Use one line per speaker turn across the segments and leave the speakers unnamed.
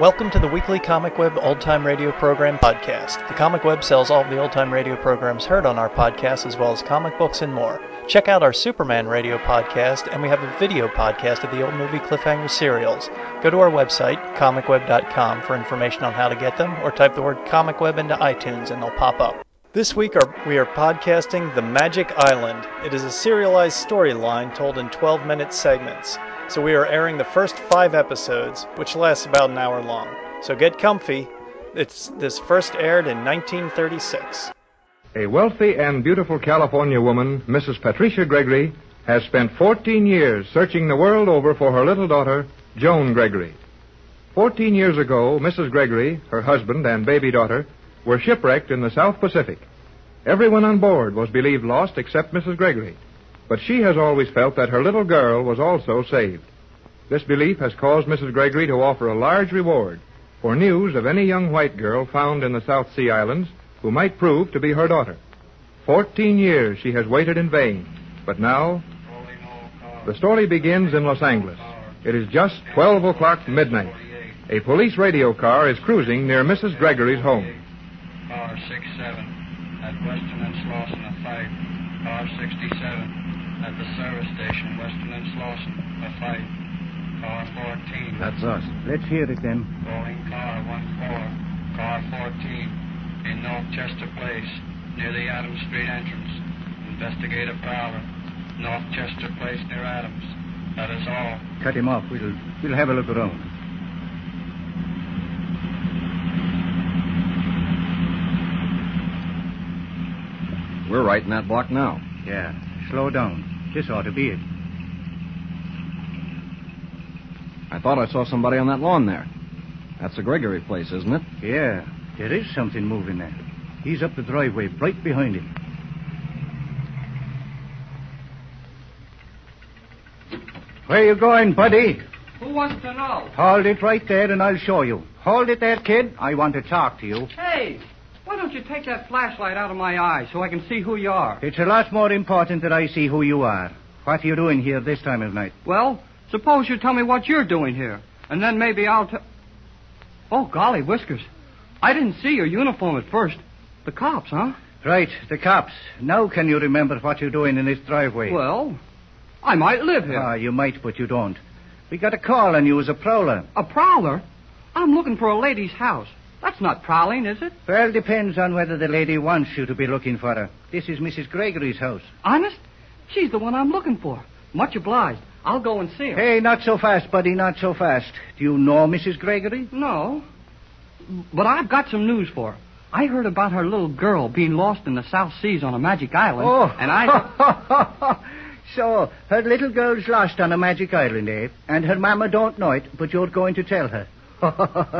Welcome to the weekly Comic Web Old Time Radio Program podcast. The Comic Web sells all of the old time radio programs heard on our podcast, as well as comic books and more. Check out our Superman radio podcast, and we have a video podcast of the old movie Cliffhanger serials. Go to our website, comicweb.com, for information on how to get them, or type the word Comic Web into iTunes and they'll pop up. This week are, we are podcasting The Magic Island. It is a serialized storyline told in 12 minute segments. So we are airing the first five episodes, which lasts about an hour long. So get comfy. It's this first aired in 1936.
A wealthy and beautiful California woman, Mrs. Patricia Gregory, has spent 14 years searching the world over for her little daughter, Joan Gregory. 14 years ago, Mrs. Gregory, her husband, and baby daughter were shipwrecked in the South Pacific. Everyone on board was believed lost except Mrs. Gregory, but she has always felt that her little girl was also saved. This belief has caused Mrs. Gregory to offer a large reward for news of any young white girl found in the South Sea Islands who might prove to be her daughter. Fourteen years she has waited in vain, but now the story begins in Los Angeles. It is just 12 o'clock midnight. A police radio car is cruising near Mrs. Gregory's home.
Car 67 at Western and Slauson a fight. Car 67 at the service station, Western and Slauson a fight. Car 14.
That's us. Let's hear it then.
Rolling car 14. Car 14 in North Chester Place near the Adams Street entrance. Investigator Fowler. North Chester Place near Adams. That is all.
Cut him off. We'll we'll have a look around.
We're right in that block now.
Yeah. Slow down. This ought to be it.
I thought I saw somebody on that lawn there. That's the Gregory place, isn't it?
Yeah. There is something moving there. He's up the driveway, right behind him. Where you going, buddy?
Who wants to know?
Hold it right there and I'll show you. Hold it there, kid. I want to talk to you.
Hey, why don't you take that flashlight out of my eye so I can see who you are?
It's a lot more important that I see who you are. What are you doing here this time of night?
Well, suppose you tell me what you're doing here, and then maybe I'll tell. Oh, golly, Whiskers. I didn't see your uniform at first. The cops, huh?
Right, the cops. Now can you remember what you're doing in this driveway?
Well, I might live here.
Ah, you might, but you don't. We got a call on you as a prowler.
a prowler? I'm looking for a lady's house. That's not prowling, is it?
Well, depends on whether the lady wants you to be looking for her. This is Mrs. Gregory's house.
Honest? She's the one I'm looking for. Much obliged. I'll go and see her.
Hey, not so fast, buddy, not so fast. Do you know Mrs. Gregory?
No. But I've got some news for her. I heard about her little girl being lost in the South Seas on a magic island.
Oh.
And I.
I. so, her little girl's lost on a magic island, eh? And her mama don't know it, but you're going to tell her.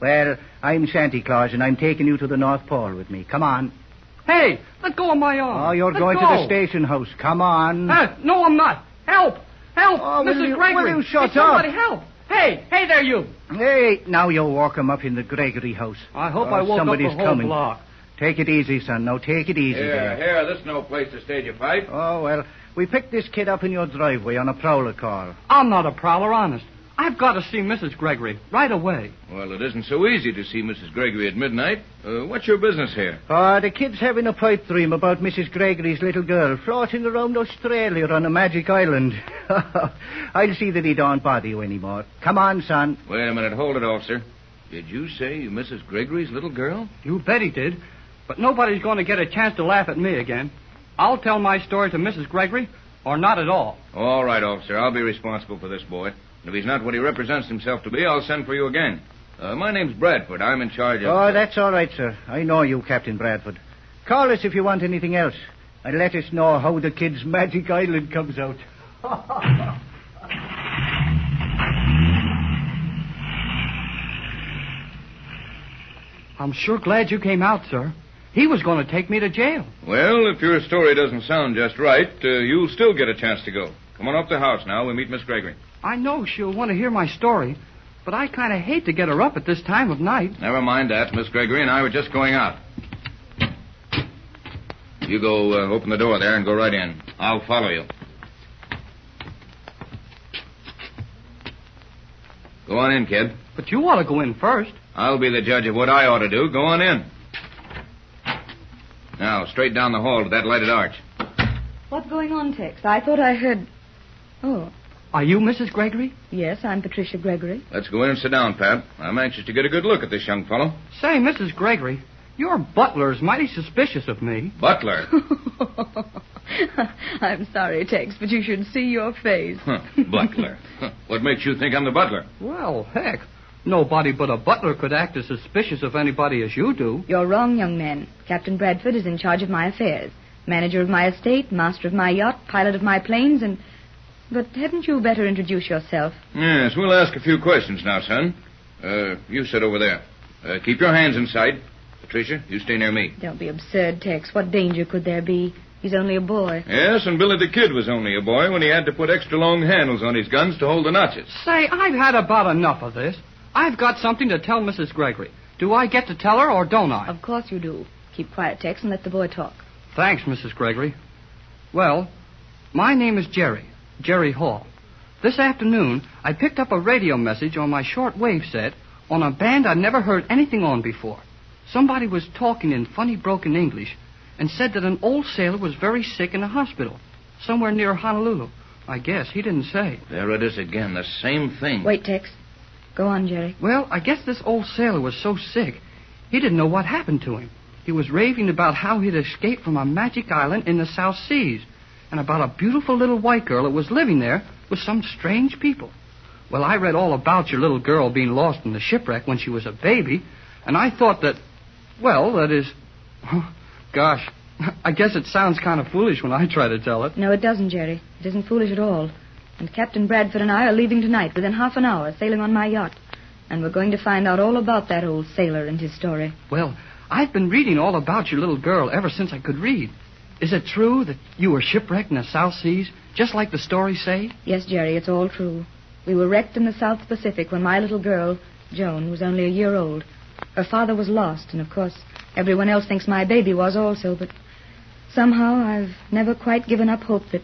well, I'm Santa Claus, and I'm taking you to the North Pole with me. Come on.
hey, let go of my arm.
Oh, you're
Let
going
go.
to the station house. Come on.
Huh? no, I'm not. Help! Help!
Oh, will
Mrs.
you-
Gregory!
will you shut
hey, somebody
up?
help! Hey, hey there, you!
Hey, now you'll walk 'em up in the Gregory house.
I hope
Oh,
I woke
somebody's
up the whole
coming.
block.
Take it easy, son. Now take it easy.
Here,
there.
here, this no place to stage a fight.
Oh, well, we picked this kid up in your driveway on a prowler call.
I'm not a prowler, honest. I've got to see Mrs. Gregory right away.
Well, it isn't so easy to see Mrs. Gregory at midnight. Uh, what's your business here?
Uh, the kid's having a pipe dream about Mrs. Gregory's little girl floating around Australia on a magic island. I'll see that he don't bother you anymore. Come on, son.
Wait a minute, hold it, officer. Did you say Mrs. Gregory's little girl?
You bet he did. But nobody's going to get a chance to laugh at me again. I'll tell my story to Mrs. Gregory, or not at all.
All right, officer, I'll be responsible for this boy. And if he's not what he represents himself to be, I'll send for you again. Uh, my name's Bradford. I'm in charge of.
Oh, that's all right, sir. I know you, Captain Bradford. Call us if you want anything else, and let us know how the kid's magic island comes out.
I'm sure glad you came out, sir. He was going to take me to jail.
Well, if your story doesn't sound just right, uh, you'll still get a chance to go. Come on up the house now. We meet Miss Gregory.
I know she'll want to hear my story, but I kind of hate to get her up at this time of night.
Never mind that. Miss Gregory and I were just going out. You go uh, open the door there and go right in. I'll follow you.
Go on in, kid.
But you ought to go in first.
I'll be the judge of what I ought to do. Go on in. Now, straight down the hall to that lighted arch.
What's going on, Tex? I thought I heard. Oh,
Are you Mrs. Gregory?
yes, I'm Patricia Gregory.
Let's go in and sit down, Pat. I'm anxious to get a good look at this young fellow.
Say, Mrs. Gregory, your butler's mighty suspicious of me.
Butler.
I'm sorry, Tex, but you should see your face.
Huh, butler. Huh, What makes you think I'm the butler?
Well, heck, nobody but a butler could act as suspicious of anybody as you do.
You're wrong, young man. Captain Bradford is in charge of my affairs, manager of my estate, master of my yacht, pilot of my planes, and. But hadn't you better introduce yourself?
Yes, we'll ask a few questions now, son. Uh, you sit over there. Uh, keep your hands in sight. Patricia, you stay near me.
Don't be absurd, Tex. What danger could there be? He's only a boy.
Yes, and Billy the Kid was only a boy when he had to put extra long handles on his guns to hold the notches.
Say, I've had about enough of this. I've got something to tell Mrs. Gregory. Do I get to tell her or don't I?
Of course you do. Keep quiet, Tex, and let the boy talk.
Thanks, Mrs. Gregory. Well, my name is Jerry, Jerry Hall. This afternoon, I picked up a radio message on my shortwave set on a band I'd never heard anything on before. Somebody was talking in funny broken English and said that an old sailor was very sick in a hospital somewhere near Honolulu. I guess he didn't say.
There it is again, the same thing.
Wait, Tex. Go on, Jerry.
Well, I guess this old sailor was so sick, he didn't know what happened to him. He was raving about how he'd escaped from a magic island in the South Seas, and about a beautiful little white girl that was living there with some strange people. Well, I read all about your little girl being lost in the shipwreck when she was a baby, and I thought that, well, that is, gosh, I guess it sounds kind of foolish when I try to tell it.
No, it doesn't, Jerry. It isn't foolish at all. And Captain Bradford and I are leaving tonight, within half an hour, sailing on my yacht. And we're going to find out all about that old sailor and his story.
Well, I've been reading all about your little girl ever since I could read. Is it true that you were shipwrecked in the South Seas, just like the stories say?
Yes, Jerry, it's all true. We were wrecked in the South Pacific when my little girl, Joan, was only a year old. Her father was lost, and of course, everyone else thinks my baby was also, but somehow I've never quite given up hope that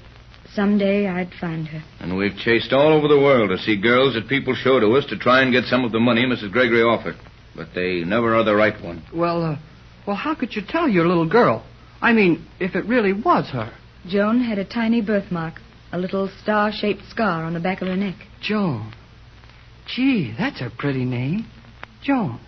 someday I'd find her.
And we've chased all over the world to see girls that people show to us to try and get some of the money Mrs. Gregory offered. But they never are the right one.
Well, uh, well, how could you tell your little girl? I mean, if it really was her.
Joan had a tiny birthmark, a little star shaped scar on the back of her neck.
Joan. Gee, that's a pretty name. Joan.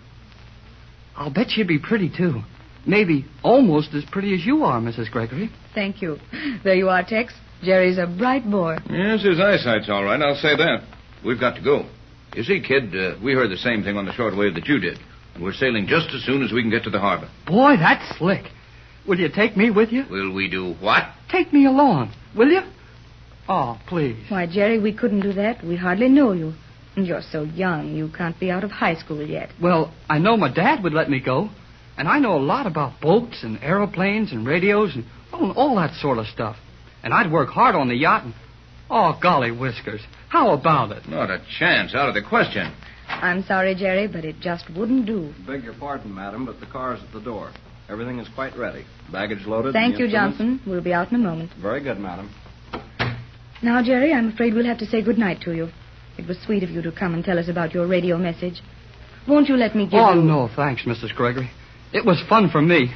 I'll bet she'd be pretty, too. Maybe almost as pretty as you are, Mrs. Gregory.
Thank you. There you are, Tex. Jerry's a bright boy.
Yes, his eyesight's all right, I'll say that. We've got to go. You see, kid, uh, we heard the same thing on the short wave that you did. And we're sailing just as soon as we can get to the harbor.
Boy, that's slick. Will you take me with you?
Will we do what?
Take me along, will you? Oh, please.
Why, Jerry, we couldn't do that. We hardly know you. And you're so young, you can't be out of high school yet.
Well, I know my dad would let me go, and I know a lot about boats and aeroplanes and radios and, well, and all that sort of stuff. And I'd work hard on the yacht and. Oh, golly whiskers. How about it?
Not a chance. Out of the question.
I'm sorry, Jerry, but it just wouldn't do.
Beg your pardon, madam, but the car's at the door. Everything is quite ready. Baggage loaded.
Thank
the
you,
instruments-
Johnson. We'll be out in a moment.
Very good, madam.
Now, Jerry, I'm afraid we'll have to say goodnight to you. It was sweet of you to come and tell us about your radio message. Won't you let me give
Oh,
you...
no, thanks, Mrs. Gregory. It was fun for me.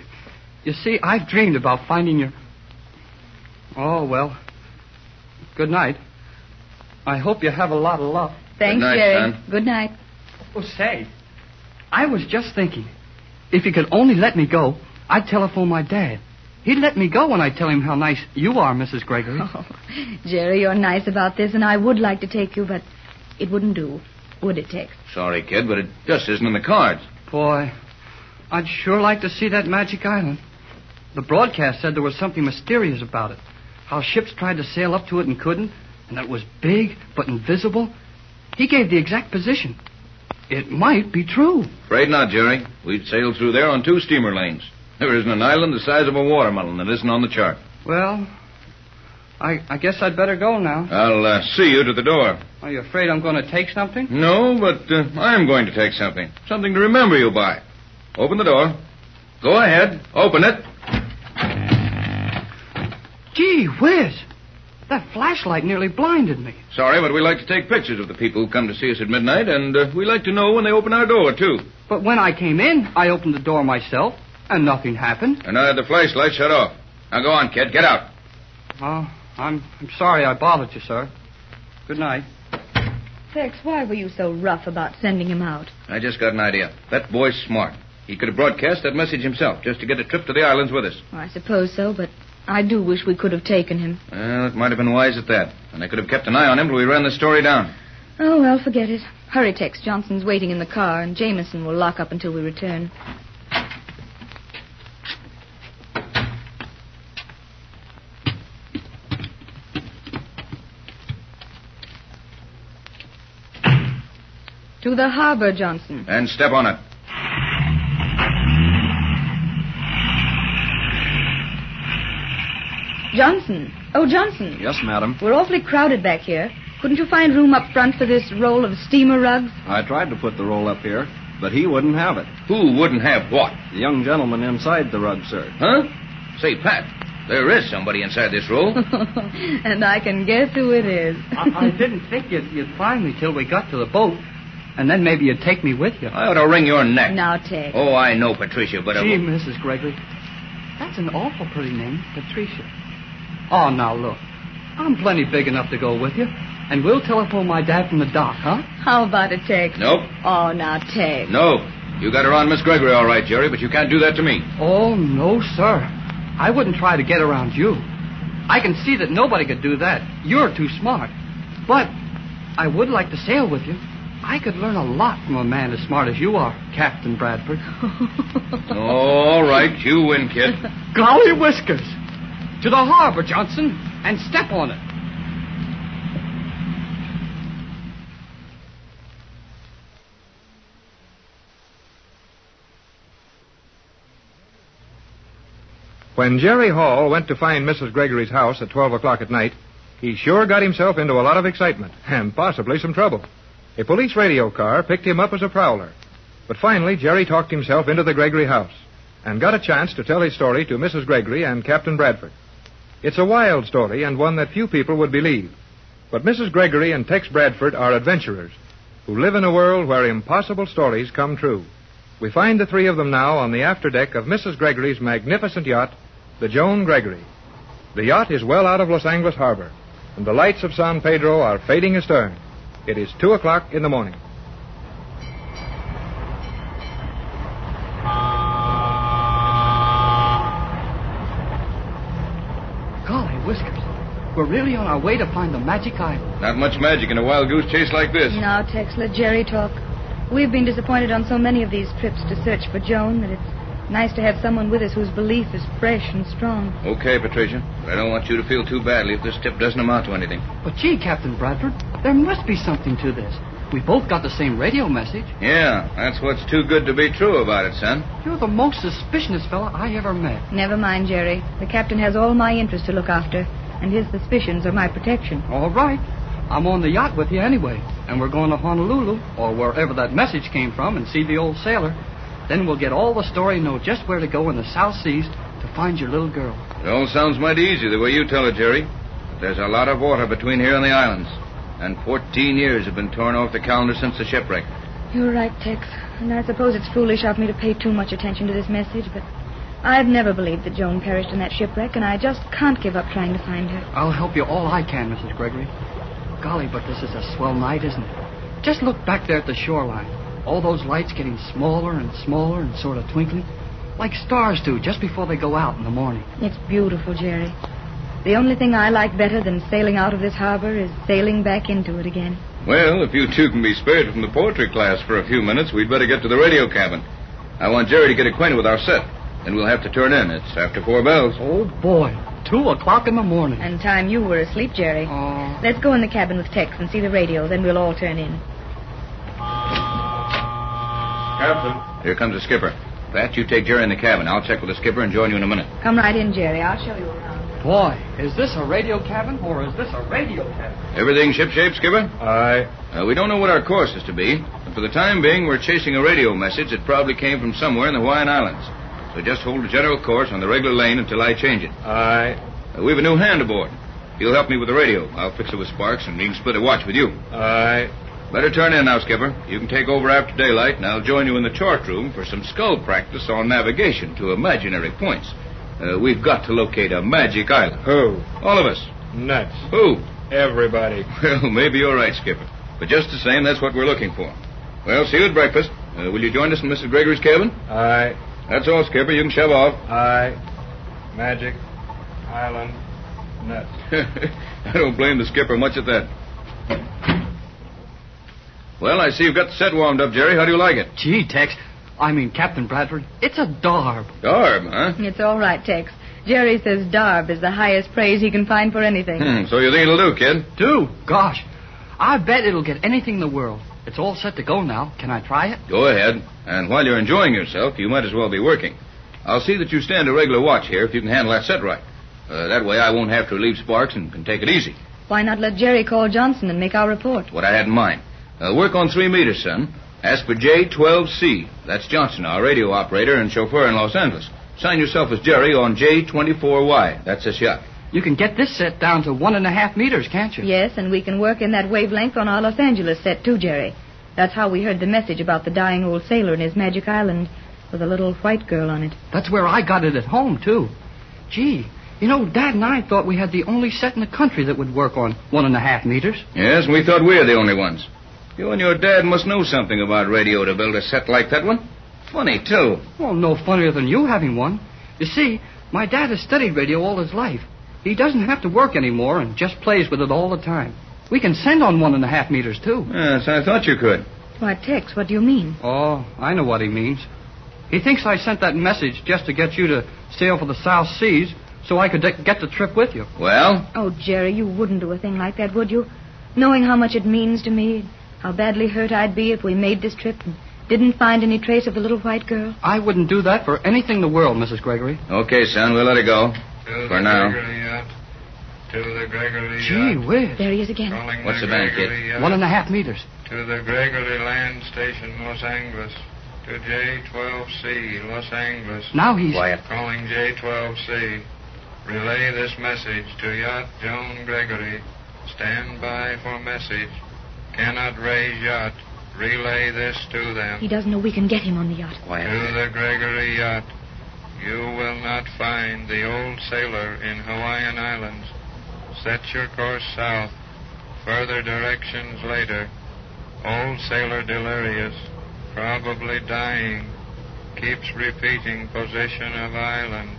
You see, I've dreamed about finding your. Oh, well. Good night. I hope you have a lot of luck.
Thanks,
Good night,
Jerry.
son.
Good night.
Oh, say, I was just thinking. If he could only let me go, I'd telephone my dad. He'd let me go when I tell him how nice you are, Mrs. Gregory.
Oh, Jerry, you're nice about this, and I would like to take you, but it wouldn't do, would it, Tex?
Sorry, kid, but it just isn't in the cards.
Boy, I'd sure like to see that magic island. The broadcast said there was something mysterious about it. How ships tried to sail up to it and couldn't, and that it was big but invisible. He gave the exact position. It might be true.
Afraid not, Jerry. We've sailed through there on two steamer lanes. There isn't an island the size of a watermelon that isn't on the chart.
Well, I, I guess I'd better go now.
I'll uh, see you to the door.
Are you afraid I'm going to take something?
No, but uh, I'm going to take something. Something to remember you by. Open the door. Go ahead. Open it.
Gee whiz! That flashlight nearly blinded me.
Sorry, but we like to take pictures of the people who come to see us at midnight, and uh, we like to know when they open our door, too.
But when I came in, I opened the door myself, and nothing happened.
And I had the flashlight shut off. Now go on, kid. Get out.
Oh, I'm, I'm sorry I bothered you, sir. Good night.
Tex, why were you so rough about sending him out?
I just got an idea. That boy's smart. He could have broadcast that message himself just to get a trip to the islands with us.
Well, I suppose so, but I do wish we could have taken him.
Well, it might have been wise at that. And they could have kept an eye on him till we ran the story down.
Oh, well, forget it. Hurry, Tex. Johnson's waiting in the car, and Jameson will lock up until we return. To the harbor, Johnson.
And step on it.
Johnson. Oh, Johnson.
Yes, madam.
We're awfully crowded back here. Couldn't you find room up front for this roll of steamer rugs?
I tried to put the roll up here, but he wouldn't have it.
Who wouldn't have what?
The young gentleman inside the rug, sir.
Huh? Say, Pat, there is somebody inside this roll.
and I can guess who it is.
I, I didn't think you'd, you'd find me till we got to the boat, and then maybe you'd take me with you.
I ought to wring your neck.
Now, Tex.
Oh, I know, Patricia, but...
Gee, Mrs. Gregory, that's an awful pretty name, Patricia. Oh, now look, I'm plenty big enough to go with you, and we'll telephone my dad from the dock, huh?
How about it, Tex?
Nope.
Oh, now, Tex.
No. You got her on Miss Gregory all right, Jerry, but you can't do that to me.
Oh no, sir. I wouldn't try to get around you. I can see that nobody could do that. You're too smart. But I would like to sail with you. I could learn a lot from a man as smart as you are, Captain Bradford.
all right, you win, kid.
Golly whiskers! To the harbor, Johnson, and step on it.
When Jerry Hall went to find Mrs. Gregory's house at 12 o'clock at night, he sure got himself into a lot of excitement and possibly some trouble. A police radio car picked him up as a prowler. But finally, Jerry talked himself into the Gregory house and got a chance to tell his story to Mrs. Gregory and Captain Bradford. It's a wild story and one that few people would believe. But Mrs. Gregory and Tex Bradford are adventurers who live in a world where impossible stories come true. We find the three of them now on the afterdeck of Mrs. Gregory's magnificent yacht, the Joan Gregory. The yacht is well out of Los Angeles Harbor, and the lights of San Pedro are fading astern. It is two o'clock in the morning.
Golly whiskers. We're really on our way to find the magic island.
Not much magic in a wild goose chase like this.
Now, Tex, let Jerry talk. We've been disappointed on so many of these trips to search for Joan that it's nice to have someone with us whose belief is fresh and strong.
Okay, Patricia, but I don't want you to feel too badly if this tip doesn't amount to anything.
But gee, Captain Bradford, there must be something to this. We both got the same radio message.
Yeah, that's what's too good to be true about it, son.
You're the most suspicious fella I ever met.
Never mind, Jerry. The captain has all my interests to look after, and his suspicions are my protection.
All right. I'm on the yacht with you anyway, and we're going to Honolulu, or wherever that message came from, and see the old sailor. Then we'll get all the story and know just where to go in the South Seas to find your little girl.
It all sounds mighty easy the way you tell it, Jerry. But there's a lot of water between here and the islands. And 14 years have been torn off the calendar since the shipwreck.
You're right, Tex. And I suppose it's foolish of me to pay too much attention to this message, but I've never believed that Joan perished in that shipwreck, and I just can't give up trying to find her.
I'll help you all I can, Mrs. Gregory. Golly, but this is a swell night, isn't it? Just look back there at the shoreline. All those lights getting smaller and smaller and sort of twinkling, like stars do just before they go out in the morning.
It's beautiful, Jerry. The only thing I like better than sailing out of this harbor is sailing back into it again.
Well, if you two can be spared from the poetry class for a few minutes, we'd better get to the radio cabin. I want Jerry to get acquainted with our set. Then we'll have to turn in. It's after four bells.
Oh, boy. Two o'clock in the morning.
And time you were asleep, Jerry.
Oh.
Let's go in the cabin with Tex and see the radio, then we'll all turn in.
Captain.
Here comes the skipper. Pat, you take Jerry in the cabin. I'll check with the skipper and join you in a minute.
Come right in, Jerry. I'll show you around.
Boy, is this a radio cabin or is this a radio cabin?
Everything shipshape, skipper?
Aye.
Uh, we don't know what our course is to be, but for the time being, we're chasing a radio message that probably came from somewhere in the Hawaiian Islands. So just hold a general course on the regular lane until I change it.
Aye.
Uh, we've a new hand aboard.
You'll help me with the radio. I'll fix it with Sparks, and we can split a watch with you.
I.
Better turn in now, Skipper. You can take over after daylight, and I'll join you in the chart room for some skull practice on navigation to imaginary points. Uh, we've got to locate a magic island.
Who?
All of us.
Nuts.
Who?
Everybody.
Well, maybe you're right, Skipper. But just the same, that's what we're looking for. Well, see you at breakfast. Uh, will you join us in Mrs. Gregory's cabin?
I.
That's all, Skipper. You can shove off.
I. Magic. Island. Nuts.
I don't blame the skipper much at that. Well, I see you've got the set warmed up, Jerry. How do you like it?
Gee, Tex. I mean, Captain Bradford, it's a darb.
Garb, huh?
It's all right, Tex. Jerry says Darb is the highest praise he can find for anything.
Hmm, so you think it'll do, kid?
Do? Gosh. I bet it'll get anything in the world. It's all set to go now. Can I try it?
Go ahead. And while you're enjoying yourself, you might as well be working. I'll see that you stand a regular watch here if you can handle that set right. Uh, that way I won't have to leave Sparks and can take it easy.
Why not let Jerry call Johnson and make our report?
What I had in mind. Uh, work on three meters, son. Ask for J12C. That's Johnson, our radio operator and chauffeur in Los Angeles. Sign yourself as Jerry on J24Y. That's his yacht.
You can get this set down to one and a half meters, can't you?
Yes, and we can work in that wavelength on our Los Angeles set, too, Jerry. That's how we heard the message about the dying old sailor and his magic island with a little white girl on it.
That's where I got it at home, too. Gee, you know, Dad and I thought we had the only set in the country that would work on one and a half meters.
Yes, we thought we were the only ones. You and your dad must know something about radio to build a set like that one. Funny, too.
Well, no funnier than you having one. You see, my dad has studied radio all his life. He doesn't have to work anymore and just plays with it all the time. We can send on one and a half meters, too.
Yes, I thought you could.
Why, Tex, what do you mean?
Oh, I know what he means. He thinks I sent that message just to get you to sail for the South Seas so I could de- get the trip with you.
Well,
Oh, Jerry, you wouldn't do a thing like that, would you? Knowing how much it means to me, how badly hurt I'd be if we made this trip and didn't find any trace of the little white girl.
I wouldn't do that for anything in the world, Mrs. Gregory.
okay, son, we'll let it go.
To
For
the
now.
Gregory yacht. To the Gregory
Gee
yacht.
whiz.
There he is again.
Calling
What's
the
the bank, kid?
Gregory yacht.
One and a half meters.
To the Gregory Land Station, Los Angeles. To J12C, Los Angeles.
Now he's.
Calling J12C. Relay this message to yacht Joan Gregory. Stand by for message. Cannot raise yacht. Relay this to them.
He doesn't know we can get him on the yacht.
To the Gregory yacht. You will not find the old sailor in Hawaiian Islands. Set your course south. Further directions later. Old sailor delirious. Probably dying. Keeps repeating position of island.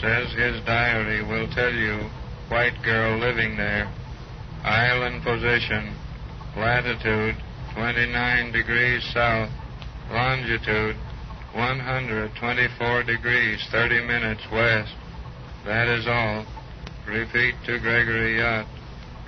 Says his diary will tell you. White girl living there. Island position. Latitude 29 degrees south. Longitude 124 degrees 30 minutes west. That is all. Repeat to Gregory Yacht.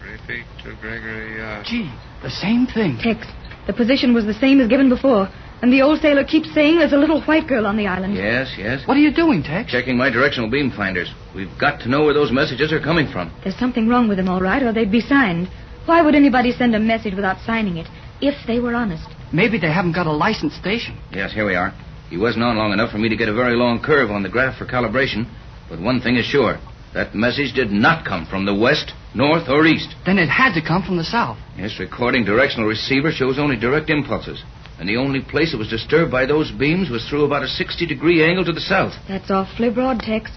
Repeat to Gregory Yacht.
Gee, the same thing.
Tex, the position was the same as given before, and the old sailor keeps saying there's a little white girl on the island.
Yes, yes.
What are you doing, Tex?
Checking my directional beam finders. We've got to know where those messages are coming from.
There's something wrong with them, all right, or they'd be signed. Why would anybody send a message without signing it, if they were honest?
Maybe they haven't got a licensed station.
Yes, here we are. He wasn't on long enough for me to get a very long curve on the graph for calibration, but one thing is sure. That message did not come from the west, north, or east.
Then it had to come from the south.
This recording directional receiver shows only direct impulses, and the only place it was disturbed by those beams was through about a 60 degree angle to the south.
That's awfully broad, Tex.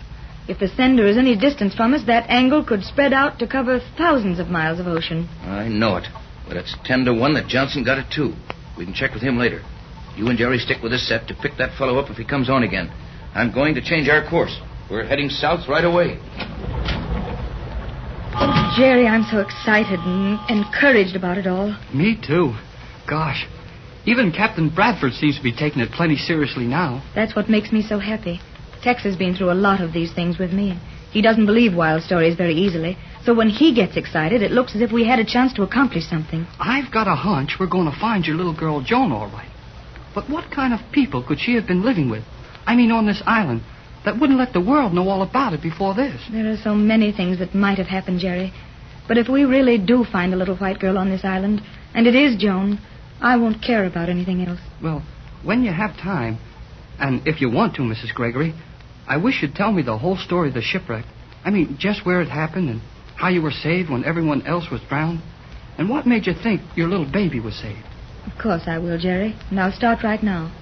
If the sender is any distance from us, that angle could spread out to cover thousands of miles of ocean.
I know it, but it's 10 to 1 that Johnson got it too. We can check with him later. You and Jerry stick with this set to pick that fellow up if he comes on again. I'm going to change our course. We're heading south right away.
Oh, Jerry, I'm so excited and encouraged about it all.
Me too. Gosh. Even Captain Bradford seems to be taking it plenty seriously now.
That's what makes me so happy. Tex has been through a lot of these things with me. He doesn't believe wild stories very easily, so when he gets excited, it looks as if we had a chance to accomplish something.
I've got a hunch we're going to find your little girl Joan all right. But what kind of people could she have been living with? I mean, on this island that wouldn't let the world know all about it before this.
There are so many things that might have happened, Jerry. But if we really do find a little white girl on this island, and it is Joan, I won't care about anything else.
Well, when you have time, and if you want to, Mrs. Gregory, I wish you'd tell me the whole story of the shipwreck. I mean, just where it happened and How you were saved when everyone else was drowned? And what made you think your little baby was saved?
Of course I will, Jerry, and I'll start right now.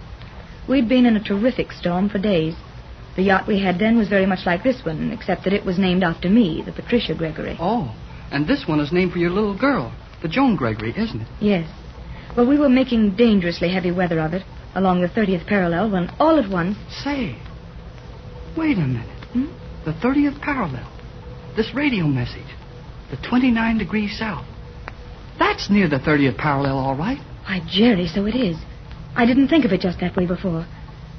We'd been in a terrific storm for days. The yacht we had then was very much like this one, except that it was named after me, the Patricia Gregory.
Oh, and this one is named for your little girl, the Joan Gregory, isn't it?
Yes. Well, we were making dangerously heavy weather of it along the 30th parallel when all at once.
Say, wait a minute.
Hmm?
The 30th parallel. This radio message. The 29 degrees south. That's near the 30th parallel, all right.
Why, Jerry, so it is. I didn't think of it just that way before.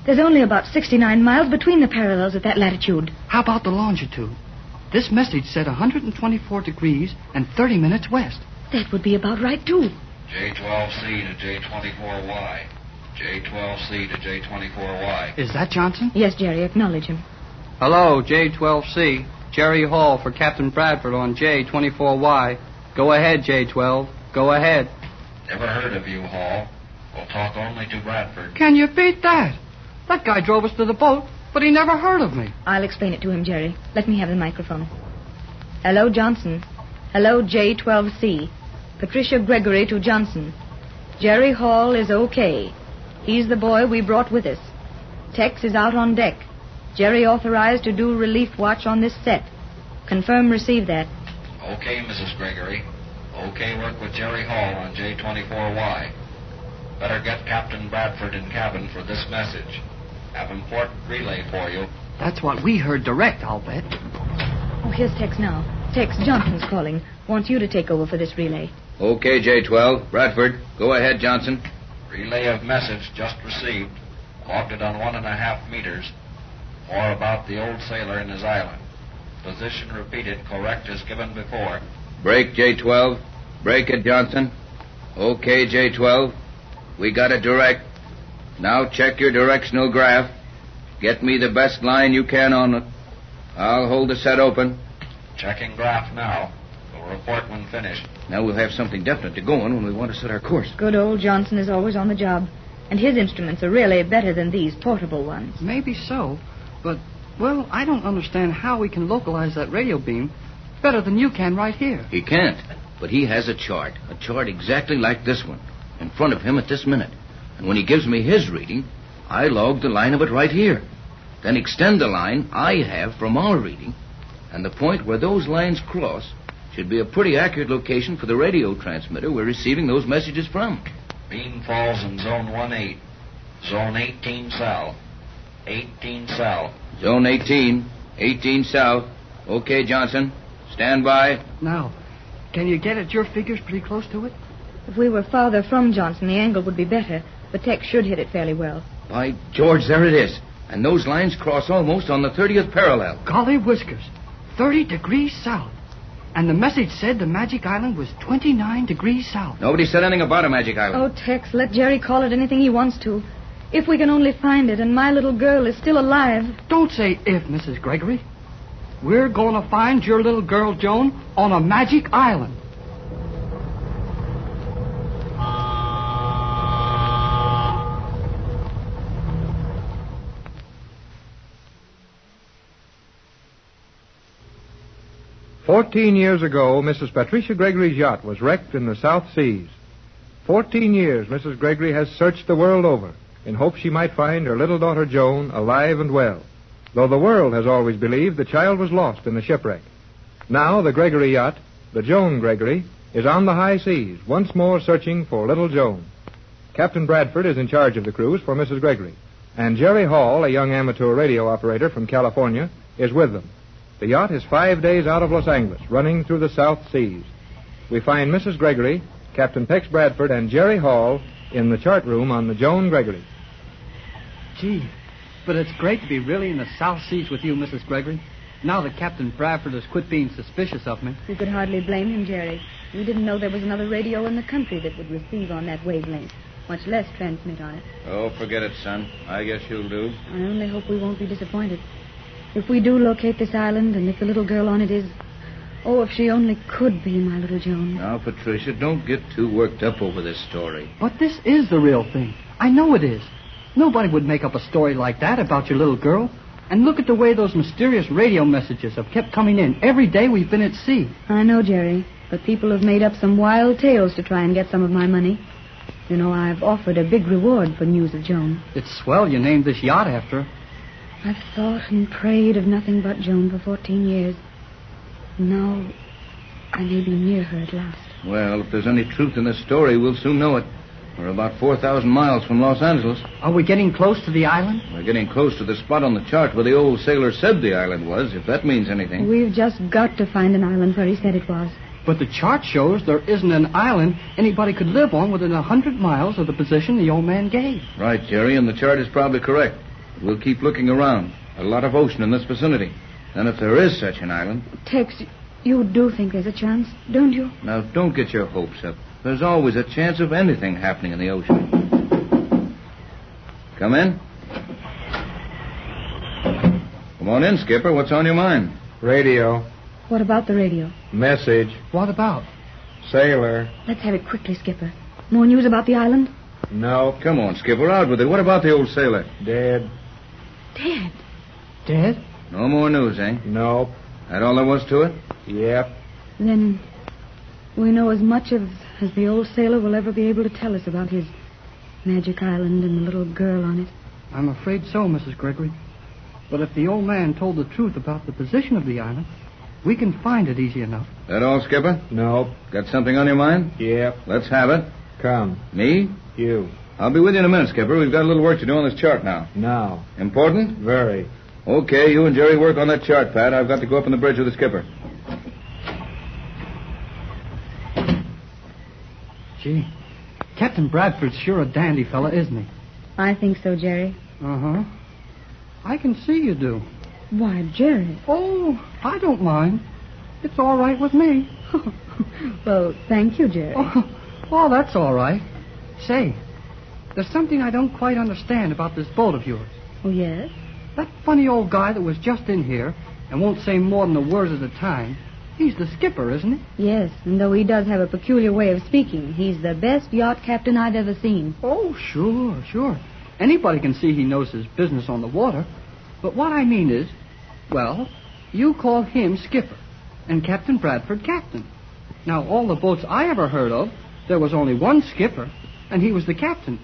There's only about 69 miles between the parallels at that latitude.
How about the longitude? This message said 124 degrees and 30 minutes west.
That would be about right, too.
J12C to J24Y. J12C to J24Y.
Is that Johnson?
Yes, Jerry, acknowledge him.
Hello, J12C. Jerry Hall for Captain Bradford on J24Y. Go ahead, J12. Go ahead.
Never heard of you, Hall. Will talk only to Bradford.
Can you beat that? That guy drove us to the boat, but he never heard of me.
I'll explain it to him, Jerry. Let me have the microphone. Hello, Johnson. Hello, J12C. Patricia Gregory to Johnson. Jerry Hall is okay. He's the boy we brought with us. Tex is out on deck. Jerry authorized to do relief watch on this set. Confirm receive that.
Okay, Mrs. Gregory. Okay, work with Jerry Hall on J24Y. Better get Captain Bradford in cabin for this message. Have important relay for you.
That's what we heard direct, I'll bet.
Oh, here's Tex now. Tex Johnson's calling. Wants you to take over for this relay.
Okay, J12. Bradford, go ahead, Johnson.
Relay of message just received. Logged it on one and a half meters. More about the old sailor and his island. Position repeated, correct as given before.
Break, J12. Break it, Johnson. Okay, J12. We got a direct. Now check your directional graph. Get me the best line you can on it. I'll hold the set open.
Checking graph now. Will report when finished.
Now we'll have something definite to go on when we want to set our course.
Good old Johnson is always on the job. And his instruments are really better than these portable ones.
Maybe so, but, well, I don't understand how we can localize that radio beam better than you can right here.
He can't, but he has a chart. A chart exactly like this one, in front of him at this minute. And when he gives me his reading, I log the line of it right here. Then extend the line I have from our reading, and the point where those lines cross should be a pretty accurate location for the radio transmitter we're receiving those messages from.
Bean falls in zone 1-8. Zone 18 south. 18 south.
Zone 18, 18 south. Okay, Johnson. Stand by.
Now, can you get at your figures pretty close to it?
If we were farther from Johnson, the angle would be better, but Tex should hit it fairly well.
By George, there it is. And those lines cross almost on the 30th parallel.
Golly whiskers, 30 degrees south. And the message said the Magic Island was 29 degrees south.
Nobody said anything about a magic island.
Oh, Tex, let Jerry call it anything he wants to. If we can only find it and my little girl is still alive.
Don't say if, Mrs. Gregory. We're going to find your little girl, Joan, on a magic island.
Fourteen years ago, Mrs. Patricia Gregory's yacht was wrecked in the South Seas. Fourteen years Mrs. Gregory has searched the world over in hopes she might find her little daughter Joan alive and well, though the world has always believed the child was lost in the shipwreck. Now the Gregory yacht, the Joan Gregory, is on the high seas, once more searching for little Joan. Captain Bradford is in charge of the cruise for Mrs. Gregory, and Jerry Hall, a young amateur radio operator from California, is with them. The yacht is five days out of Los Angeles, running through the South Seas. We find Mrs. Gregory, Captain Tex Bradford, and Jerry Hall in the chart room on the Joan Gregory.
Gee, but it's great to be really in the South Seas with you, Mrs. Gregory. Now that Captain Bradford has quit being suspicious of me.
You could hardly blame him, Jerry. You didn't know there was another radio in the country that would receive on that wavelength, much less transmit on it.
Oh, forget it, son. I guess you'll do.
I only hope we won't be disappointed. If we do locate this island, and if the little girl on it is. Oh, if she only could be my little Joan.
Now, Patricia, don't get too worked up over this story.
But this is the real thing. I know it is. Nobody would make up a story like that about your little girl. And look at the way those mysterious radio messages have kept coming in. Every day we've been at sea.
I know, Jerry, but people have made up some wild tales to try and get some of my money. You know, I've offered a big reward for news of Joan.
It's swell you named this yacht after her.
I've thought and prayed of nothing but Joan for 14 years. Now, I may be near her at last.
Well, if there's any truth in this story, we'll soon know it. We're about 4,000 miles from Los Angeles.
Are we getting close to the island?
We're getting close to the spot on the chart where the old sailor said the island was, if that means anything.
We've just got to find an island where he said it was.
But the chart shows there isn't an island anybody could live on within a hundred miles of the position the old man gave.
Right, Jerry, and the chart is probably correct. We'll keep looking around. A lot of ocean in this vicinity. And if there is such an island,
Tex, you do think there's a chance, don't you?
now don't get your hopes up. There's always a chance of anything happening in the ocean. Come in. Come on in, Skipper. What's on your mind?
Radio.
What about the radio?
Message.
What about?
Sailor.
Let's have it quickly, Skipper. More news about the island?
No.
Come on, Skipper. Out with it. What about the old sailor?
Dead.
Dad.
Dead?
No more news, eh?
Nope.
That all there was to it?
Yep.
Then we know as much of as the old sailor will ever be able to tell us about his magic island and the little girl on it.
I'm afraid so, Mrs. Gregory. But if the old man told the truth about the position of the island, we can find it easy enough.
That all, Skipper?
Nope.
Got something on your mind?
Yep.
Let's have it.
Come.
Me?
You.
I'll be with you in a minute, Skipper. We've got a little work to do on this chart now.
Now.
Important?
Very.
Okay, you and Jerry work on that chart, Pat. I've got to go up on the bridge with the skipper.
Gee, Captain Bradford's sure a dandy fella, isn't he?
I think so, Jerry.
Uh huh. I can see you do.
Why, Jerry?
Oh, I don't mind. It's all right with me.
well, thank you, Jerry.
Oh, well, that's all right. Say, there's something I don't quite understand about this boat of yours.
Oh, yes?
That funny old guy that was just in here and won't say more than a word at a time, he's the skipper, isn't he?
Yes, and though he does have a peculiar way of speaking, he's the best yacht captain I've ever seen.
Oh, sure, sure. Anybody can see he knows his business on the water. But what I mean is, well, you call him skipper and Captain Bradford captain. Now, all the boats I ever heard of, there was only one skipper, and he was the captain.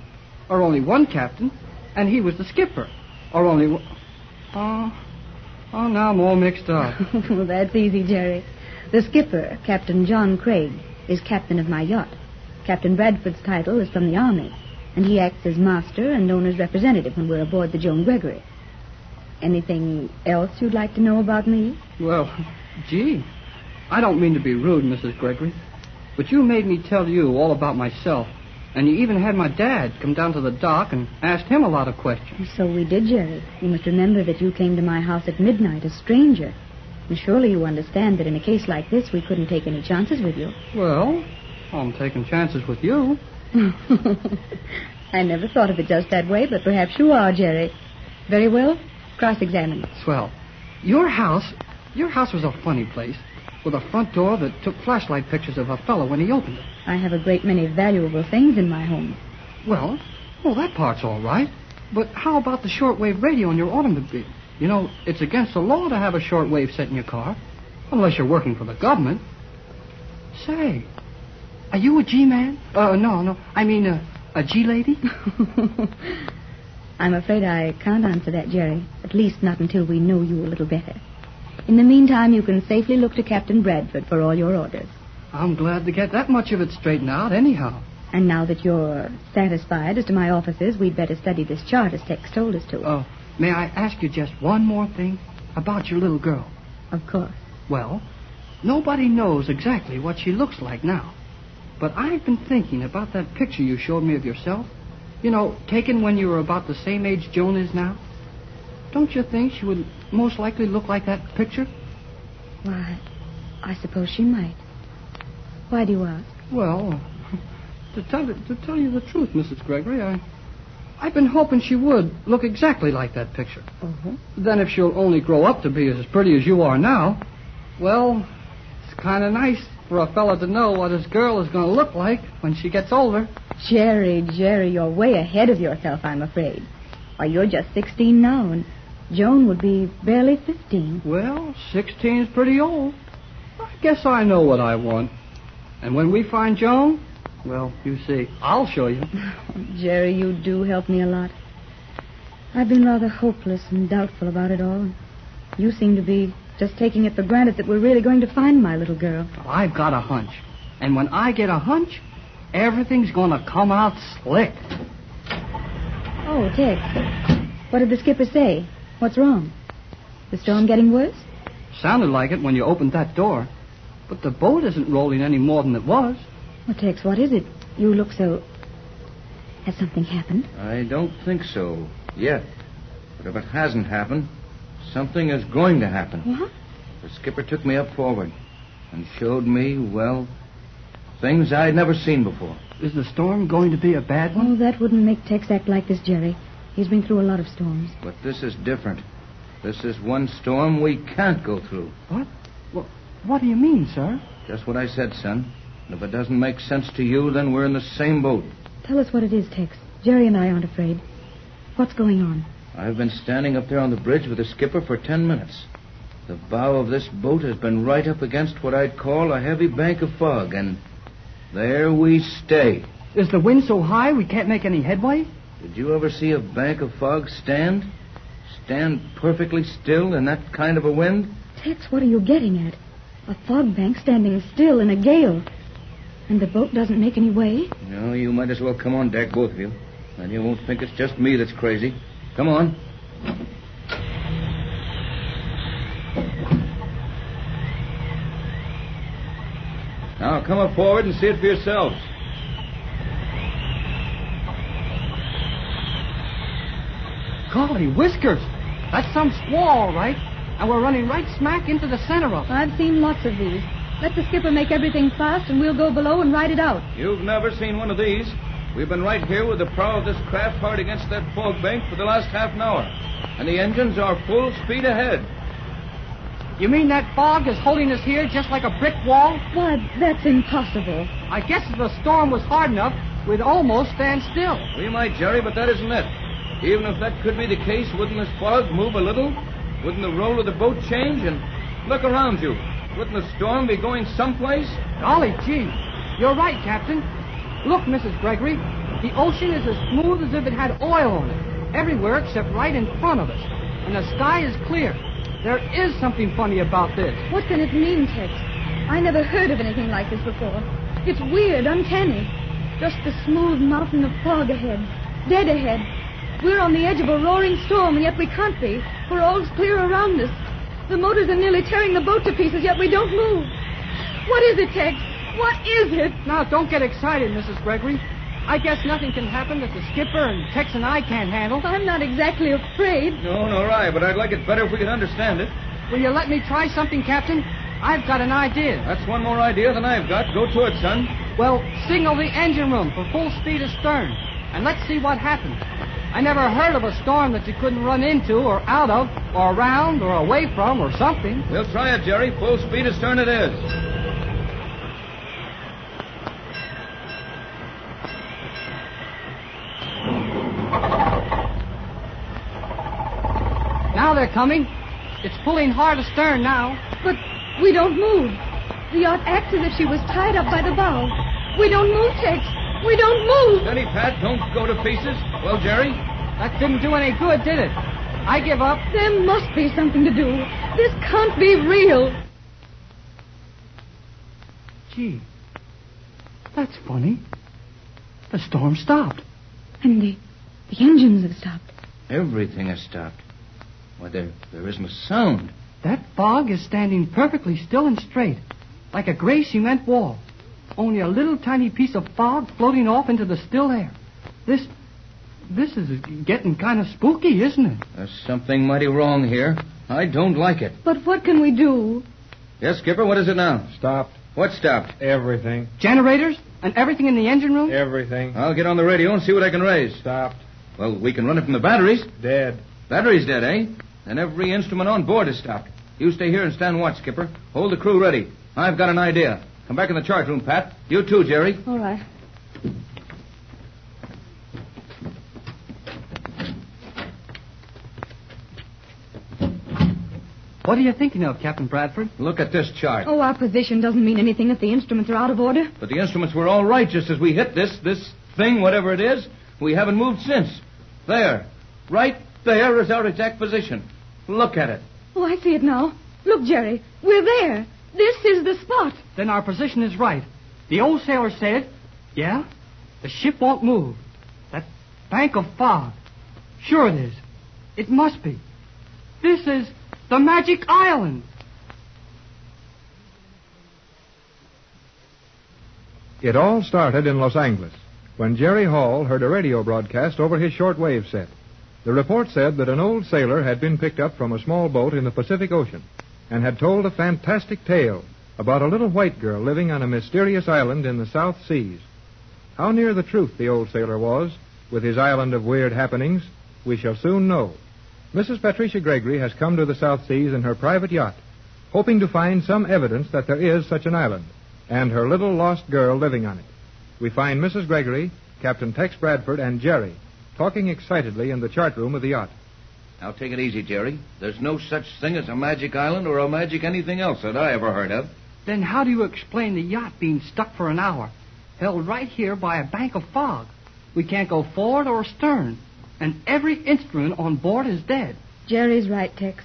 Or only one captain, and he was the skipper. Or only. one- Oh, oh, now I'm all mixed up.
well, that's easy, Jerry. The skipper, Captain John Craig, is captain of my yacht. Captain Bradford's title is from the Army, and he acts as master and owner's representative when we're aboard the Joan Gregory. Anything else you'd like to know about me?
Well, gee, I don't mean to be rude, Mrs. Gregory, but you made me tell you all about myself, and you even had my dad come down to the dock and asked him a lot of questions.
So we did, Jerry. You must remember that you came to my house at midnight, a stranger. And surely you understand that in a case like this, we couldn't take any chances with you.
Well, I'm taking chances with you.
I never thought of it just that way, but perhaps you are, Jerry. Very well. Cross-examine.
Swell. Your house, your house was a funny place, with a front door that took flashlight pictures of a fellow when he opened it.
I have a great many valuable things in my home.
Well, well, that part's all right. But how about the shortwave radio in your automobile? You know, it's against the law to have a shortwave set in your car, unless you're working for the government. Say, are you a G-man? Uh, no, no. I mean, uh, a G-lady?
I'm afraid I can't answer that, Jerry. At least not until we know you a little better. In the meantime, you can safely look to Captain Bradford for all your orders.
I'm glad to get that much of it straightened out, anyhow.
And now that you're satisfied as to my offices, we'd better study this chart as Tex told us to.
Uh, may I ask you just one more thing about your little girl?
Of course.
Well, nobody knows exactly what she looks like now. But I've been thinking about that picture you showed me of yourself. You know, taken when you were about the same age Joan is now. Don't you think she would most likely look like that picture?
Why, I suppose she might. Why do you ask?
Well, to tell to tell you the truth, Mrs. Gregory, I I've been hoping she would look exactly like that picture.
Oh,
Then if she'll only grow up to be as pretty as you are now, well, it's kind of nice for a fella to know what his girl is going to look like when she gets older.
Jerry, Jerry, you're way ahead of yourself, I'm afraid. Why, you're just 16 now, and Joan would be barely 15.
Well, 16's pretty old. I guess I know what I want. And when we find Joan, well, you see, I'll show you.
Jerry, you do help me a lot. I've been rather hopeless and doubtful about it all. You seem to be just taking it for granted that we're really going to find my little girl.
I've got a hunch. And when I get a hunch, everything's going to come out slick.
Oh, Tex. What did the skipper say? What's wrong? The storm getting worse?
Sounded like it when you opened that door. But the boat isn't rolling any more than it was.
Well, Tex, what is it? You look so. Has something happened?
I don't think so yet. But if it hasn't happened, something is going to happen.
What?
The skipper took me up forward and showed me, well, things I'd never seen before.
Is the storm going to be a bad one?
Oh, that wouldn't make Tex act like this, Jerry. He's been through a lot of storms.
But this is different. This is one storm we can't go through.
What? What, what do you mean, sir?
Just what I said, son. And if it doesn't make sense to you, then we're in the same boat.
Tell us what it is, Tex. Jerry and I aren't afraid. What's going on?
I've been standing up there on the bridge with the skipper for ten minutes. The bow of this boat has been right up against what I'd call a heavy bank of fog, and there we stay.
Is the wind so high we can't make any headway?
Did you ever see a bank of fog stand? Stand perfectly still in that kind of a wind?
Tex, what are you getting at? A fog bank standing still in a gale. And the boat doesn't make any way?
No, you might as well come on deck, both of you. Then you won't think it's just me that's crazy. Come on. Now, come up forward and see it for yourselves.
Golly, whiskers! That's some squall, right? And we're running right smack into the center of it.
I've seen lots of these. Let the skipper make everything fast, and we'll go below and ride it out.
You've never seen one of these. We've been right here with the prow of this craft hard against that fog bank for the last half an hour. And the engines are full speed ahead.
You mean that fog is holding us here just like a brick wall?
Why, that's impossible.
I guess if the storm was hard enough, we'd almost stand still.
We might, Jerry, but that isn't it. Even if that could be the case, wouldn't this fog move a little? Wouldn't the roll of the boat change? And look around you. Wouldn't the storm be going someplace?
Golly gee, you're right, Captain. Look, Mrs. Gregory, the ocean is as smooth as if it had oil on it, everywhere except right in front of us. And the sky is clear. There is something funny about this.
What can it mean, Tex? I never heard of anything like this before. It's weird, uncanny. Just the smooth mountain of fog ahead, dead ahead. We're on the edge of a roaring storm, and yet we can't be, for all's clear around us. The motors are nearly tearing the boat to pieces, yet we don't move. What is it, Tex? What is it?
Now, don't get excited, Mrs. Gregory. I guess nothing can happen that the skipper and Tex and I can't handle.
I'm not exactly afraid.
No, nor I, but I'd like it better if we could understand it.
Will you let me try something, Captain? I've got an idea.
That's one more idea than I've got. Go to it, son.
Well, signal the engine room for full speed astern, and let's see what happens. I never heard of a storm that you couldn't run into or out of or around or away from or something.
We'll try it, Jerry. Full speed astern it is.
Now they're coming. It's pulling hard astern now.
But we don't move. The yacht acts as if she was tied up by the bow. We don't move, Tex. We don't move.
Steady, Pat. Don't go to pieces. Well, Jerry?
That didn't do any good, did it? I give up.
There must be something to do. This can't be real.
Gee, that's funny. The storm stopped.
And the, the engines have stopped.
Everything has stopped. Why, there, there isn't a sound.
That fog is standing perfectly still and straight, like a gray cement wall. Only a little tiny piece of fog floating off into the still air. This. This is getting kind of spooky, isn't it?
There's something mighty wrong here. I don't like it.
But what can we do?
Yes, Skipper, what is it now?
Stopped.
What stopped?
Everything.
Generators and everything in the engine room?
Everything.
I'll get on the radio and see what I can raise.
Stopped.
Well, we can run it from the batteries.
Dead.
Batteries dead, eh? Then every instrument on board is stopped. You stay here and stand watch, Skipper. Hold the crew ready. I've got an idea. Come back in the chart room, Pat. You too, Jerry.
All right.
What are you thinking of, Captain Bradford?
Look at this chart.
Oh, our position doesn't mean anything if the instruments are out of order.
But the instruments were all right just as we hit this this thing, whatever it is. We haven't moved since. There, right there is our exact position. Look at it.
Oh, I see it now. Look, Jerry, we're there. This is the spot.
Then our position is right. The old sailor said, yeah, the ship won't move. That bank of fog. Sure it is. It must be. This is the Magic Island.
It all started in Los Angeles when Jerry Hall heard a radio broadcast over his shortwave set. The report said that an old sailor had been picked up from a small boat in the Pacific Ocean and had told a fantastic tale about a little white girl living on a mysterious island in the South Seas. How near the truth the old sailor was with his island of weird happenings, we shall soon know. Mrs. Patricia Gregory has come to the South Seas in her private yacht, hoping to find some evidence that there is such an island and her little lost girl living on it. We find Mrs. Gregory, Captain Tex Bradford, and Jerry talking excitedly in the chart room of the yacht.
Now take it easy, Jerry. There's no such thing as a magic island or a magic anything else that I ever heard of.
Then how do you explain the yacht being stuck for an hour, held right here by a bank of fog? We can't go forward or astern, and every instrument on board is dead.
Jerry's right, Tex.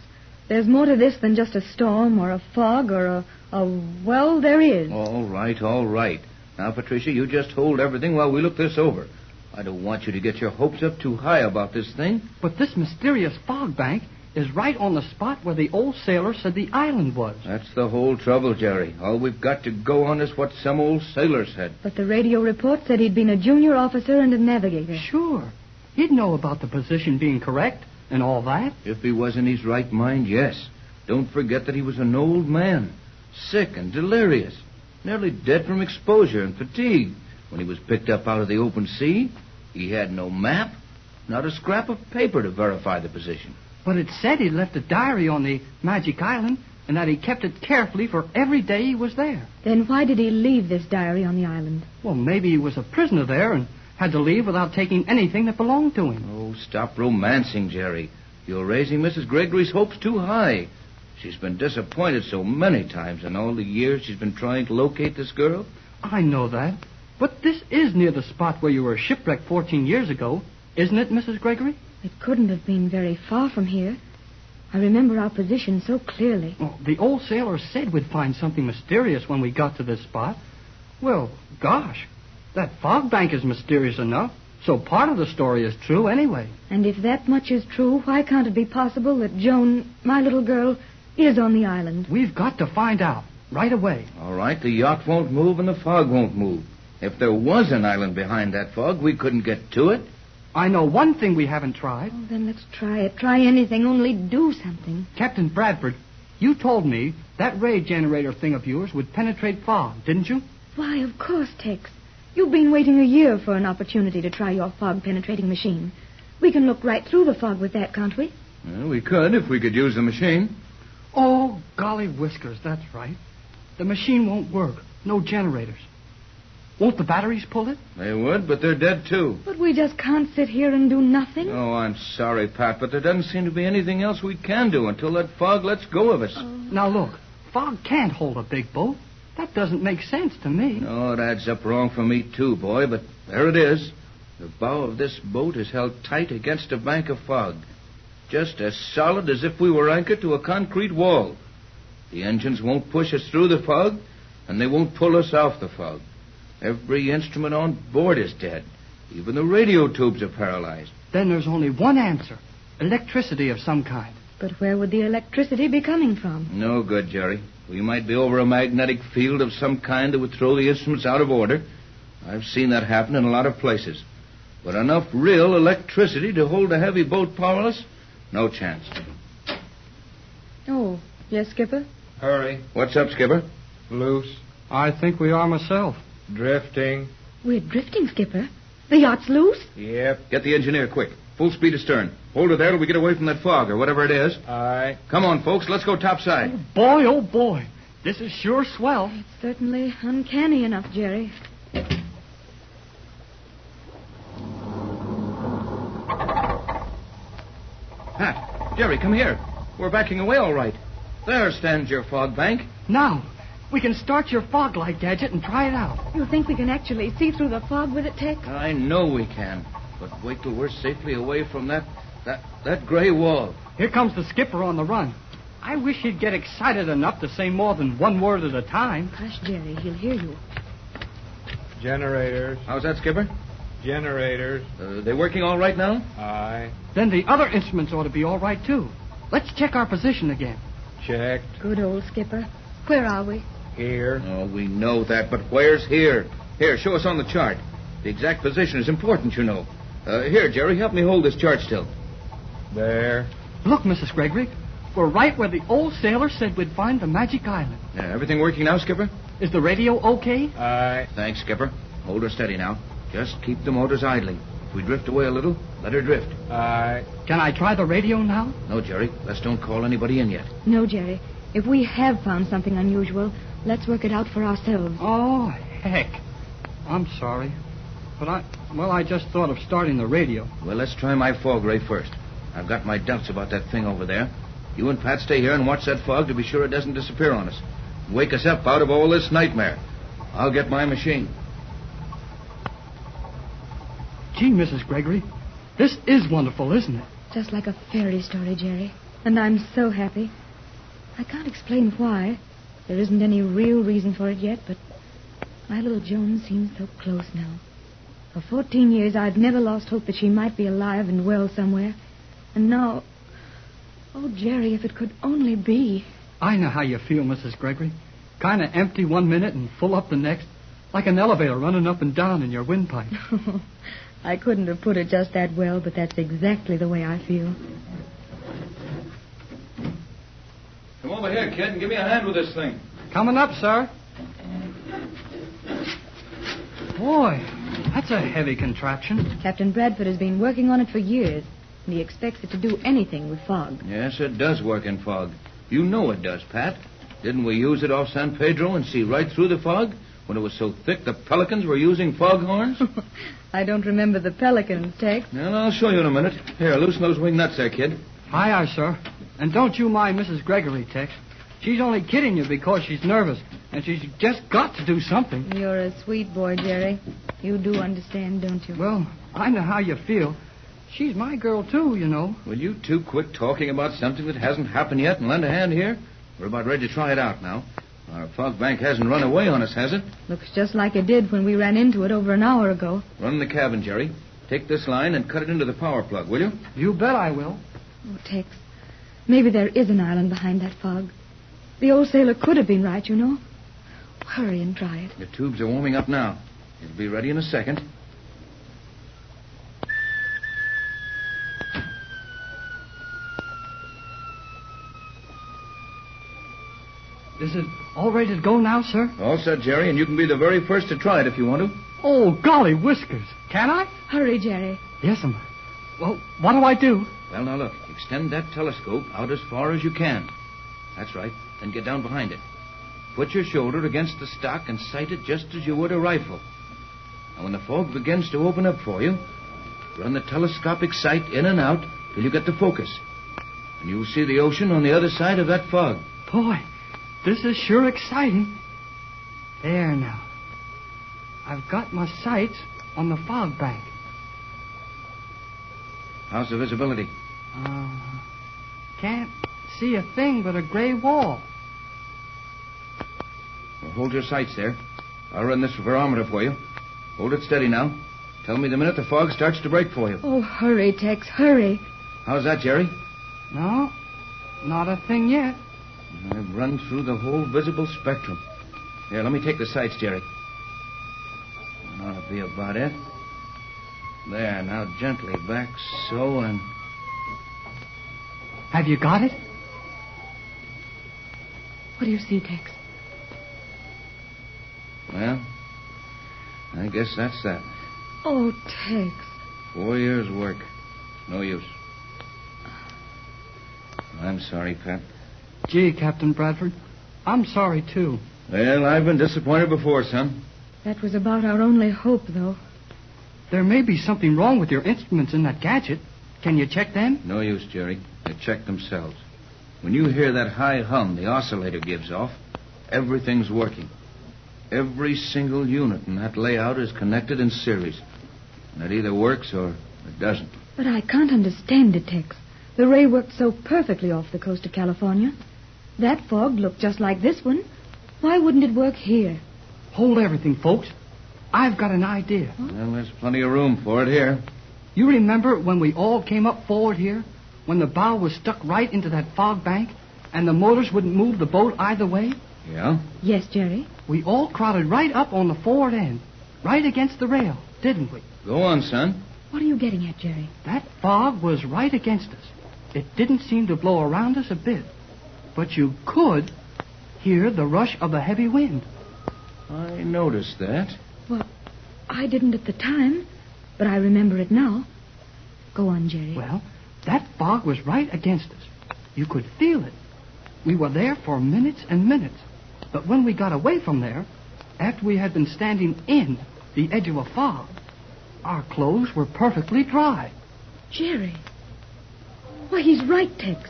There's more to this than just a storm or a fog or a, a well, there is.
All right, all right. Now, Patricia, you just hold everything while we look this over. I don't want you to get your hopes up too high about this thing.
But this mysterious fog bank is right on the spot where the old sailor said the island was.
That's the whole trouble, Jerry. All we've got to go on is what some old sailor said.
But the radio report said he'd been a junior officer and a navigator.
Sure. He'd know about the position being correct and all that.
If he was in his right mind, yes. Don't forget that he was an old man, sick and delirious, nearly dead from exposure and fatigue when he was picked up out of the open sea. He had no map, not a scrap of paper to verify the position.
But it said he left a diary on the Magic Island and that he kept it carefully for every day he was there.
Then why did he leave this diary on the island?
Well, maybe he was a prisoner there and had to leave without taking anything that belonged to him.
Oh, stop romancing, Jerry. You're raising Mrs. Gregory's hopes too high. She's been disappointed so many times in all the years she's been trying to locate this girl.
I know that. But this is near the spot where you were shipwrecked 14 years ago, isn't it, Mrs. Gregory?
It couldn't have been very far from here. I remember our position so clearly.
Well, the old sailor said we'd find something mysterious when we got to this spot. Well, gosh, that fog bank is mysterious enough, so part of the story is true anyway.
And if that much is true, why can't it be possible that Joan, my little girl, is on the island?
We've got to find out right away.
All right, the yacht won't move and the fog won't move. If there was an island behind that fog, we couldn't get to it.
I know one thing we haven't tried.
Oh, then let's try it. Try anything, only do something.
Captain Bradford, you told me that ray generator thing of yours would penetrate fog, didn't you?
Why, of course, Tex. You've been waiting a year for an opportunity to try your fog penetrating machine. We can look right through the fog with that, can't we?
Well, we could if we could use the machine.
Oh, golly whiskers, that's right. The machine won't work. No generators. Won't the batteries pull it?
They would, but they're dead too.
But we just can't sit here and do nothing.
Oh, I'm sorry, Pat, but there doesn't seem to be anything else we can do until that fog lets go of us.
Now look, fog can't hold a big boat. That doesn't make sense to me.
No, it adds Oh, up wrong for me too, boy, but there it is. The bow of this boat is held tight against a bank of fog, just as solid as if we were anchored to a concrete wall. The engines won't push us through the fog, and they won't pull us off the fog. Every instrument on board is dead. Even the radio tubes are paralyzed.
Then there's only one answer electricity of some kind.
But where would the electricity be coming from?
No good, Jerry. We might be over a magnetic field of some kind that would throw the instruments out of order. I've seen that happen in a lot of places. But enough real electricity to hold a heavy boat powerless? No chance.
Oh, yes, Skipper?
Hurry,
What's up, Skipper?
loose,
I think we are myself.
drifting.
We're drifting, Skipper. The yacht's loose?
Yep,
Get the engineer quick. Full speed astern. Hold her there till we get away from that fog or whatever it is.
I.
Come on, folks. Let's go topside.
Boy, oh boy, this is sure swell.
It's certainly uncanny enough, Jerry.
Pat, Jerry, come here. We're backing away all right.
There stands your fog bank.
Now, we can start your fog light gadget and try it out.
You think we can actually see through the fog with it, Tex?
I know we can, but wait till we're safely away from that that that gray wall.
Here comes the skipper on the run. I wish he'd get excited enough to say more than one word at a time.
Hush, Jerry. He'll hear you.
Generators.
How's that, Skipper?
Generators.
Uh, they working all right now?
Aye.
Then the other instruments ought to be all right, too. Let's check our position again.
Checked.
Good old skipper. Where are we?
Here.
Oh, we know that, but where's here? Here, show us on the chart. The exact position is important, you know. Uh, here, Jerry, help me hold this chart still.
There.
Look, Mrs. Gregory, we're right where the old sailor said we'd find the magic island.
Yeah, Uh, everything working now, Skipper?
Is the radio okay?
Aye.
Thanks, Skipper. Hold her steady now. Just keep the motors idling. If we drift away a little, let her drift.
Aye.
Can I try the radio now?
No, Jerry, let's don't call anybody in yet.
No, Jerry. If we have found something unusual, let's work it out for ourselves.
Oh, heck. I'm sorry. But I, well, I just thought of starting the radio.
Well, let's try my fog ray first. I've got my doubts about that thing over there. You and Pat stay here and watch that fog to be sure it doesn't disappear on us. Wake us up out of all this nightmare. I'll get my machine.
Gee, Mrs. Gregory, this is wonderful, isn't it?
Just like a fairy story, Jerry. And I'm so happy. I can't explain why. There isn't any real reason for it yet, but my little Joan seems so close now. For 14 years, I've never lost hope that she might be alive and well somewhere. And now. Oh, Jerry, if it could only be.
I know how you feel, Mrs. Gregory. Kind of empty one minute and full up the next, like an elevator running up and down in your windpipe.
I couldn't have put it just that well, but that's exactly the way I feel.
Come over here, kid, and give me a hand with this thing.
Coming up, sir. Boy, that's a heavy contraption.
Captain Bradford has been working on it for years, and he expects it to do anything with fog.
Yes, it does work in fog. You know it does, Pat. Didn't we use it off San Pedro and see right through the fog when it was so thick the pelicans were using fog horns?
I don't remember the pelican's Tex.
well, I'll show you in a minute. Here, loosen those wing nuts there, kid.
Aye, aye, sir. And don't you mind Mrs. Gregory, Tex. She's only kidding you because she's nervous, and she's just got to do something.
You're a sweet boy, Jerry. You do understand, don't you?
Well, I know how you feel. She's my girl, too, you know.
Will you two quit talking about something that hasn't happened yet and lend a hand here? We're about ready to try it out now. Our fog bank hasn't run away on us, has it?
Looks just like it did when we ran into it over an hour ago.
Run in the cabin, Jerry. Take this line and cut it into the power plug, will you?
You bet I will.
Oh, Tex, maybe there is an island behind that fog. The old sailor could have been right, you know. Hurry and try it.
The tubes are warming up now. It'll be ready in a second.
Is it all ready to go now, sir?
All set, Jerry, and you can be the very first to try it if you want to.
Oh, golly whiskers. Can I?
Hurry, Jerry.
Yes, am Well, what do I do?
Well, now look. Extend that telescope out as far as you can. That's right. Then get down behind it. Put your shoulder against the stock and sight it just as you would a rifle. And when the fog begins to open up for you, run the telescopic sight in and out till you get the focus. And you'll see the ocean on the other side of that fog.
Boy, this is sure exciting. There now. I've got my sights on the fog bank.
How's the visibility?
Uh, can't see a thing but a gray wall.
Well, hold your sights there. I'll run this barometer for you. Hold it steady now. Tell me the minute the fog starts to break for you.
Oh, hurry, Tex, hurry.
How's that, Jerry?
No, not a thing yet.
I've run through the whole visible spectrum. Here, let me take the sights, Jerry. That ought to be about it. There, now gently back, so, and
Have you got it?
What do you see, Tex?
well, I guess that's that.
Oh, Tex.
Four years' work, no use. I'm sorry, Pat.
Gee, Captain Bradford, I'm sorry, too.
Well, I've been disappointed before, son.
That was about our only hope, though.
There may be something wrong with your instruments in that gadget. Can you check them?
No use, Jerry. They check themselves. When you hear that high hum the oscillator gives off, everything's working. Every single unit in that layout is connected in series. And it either works or it doesn't.
But I can't understand it, Tex. The ray worked so perfectly off the coast of California. That fog looked just like this one. Why wouldn't it work here?
Hold everything, folks. I've got an idea.
Well, there's plenty of room for it here.
You remember when we all came up forward here? When the bow was stuck right into that fog bank and the motors wouldn't move the boat either way?
Yeah?
Yes, Jerry.
We all crowded right up on the forward end, right against the rail, didn't we?
Go on, son.
What are you getting at, Jerry?
That fog was right against us. It didn't seem to blow around us a bit. But you could hear the rush of the heavy wind.
I noticed that.
Well, I didn't at the time, but I remember it now. Go on, Jerry.
Well, that fog was right against us. You could feel it. We were there for minutes and minutes. But when we got away from there, after we had been standing in the edge of a fog, our clothes were perfectly dry.
Jerry. Why, he's right, Tex.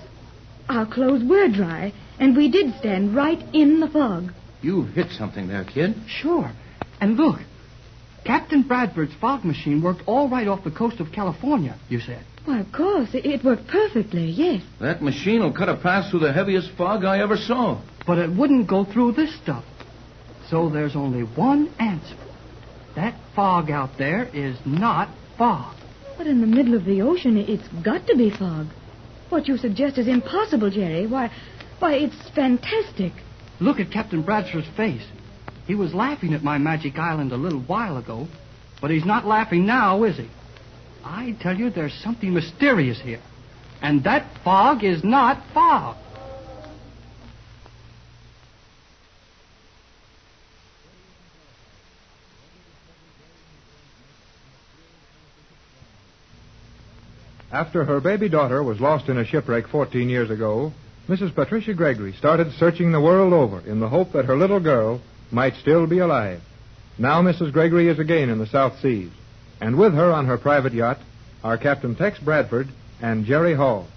Our clothes were dry, and we did stand right in the fog.
You hit something there, kid.
Sure. And look, Captain Bradford's fog machine worked all right off the coast of California, you said.
Why, of course. It, it worked perfectly, yes.
That machine will cut a path through the heaviest fog I ever saw.
But it wouldn't go through this stuff. So there's only one answer. That fog out there is not fog.
But in the middle of the ocean, it's got to be fog. What you suggest is impossible, Jerry. Why, why, it's fantastic.
Look at Captain Bradford's face. He was laughing at my Magic Island a little while ago, but he's not laughing now, is he? I tell you, there's something mysterious here. And that fog is not fog.
After her baby daughter was lost in a shipwreck 14 years ago, Mrs. Patricia Gregory started searching the world over in the hope that her little girl might still be alive. Now Mrs. Gregory is again in the South Seas, and with her on her private yacht are Captain Tex Bradford and Jerry Hall.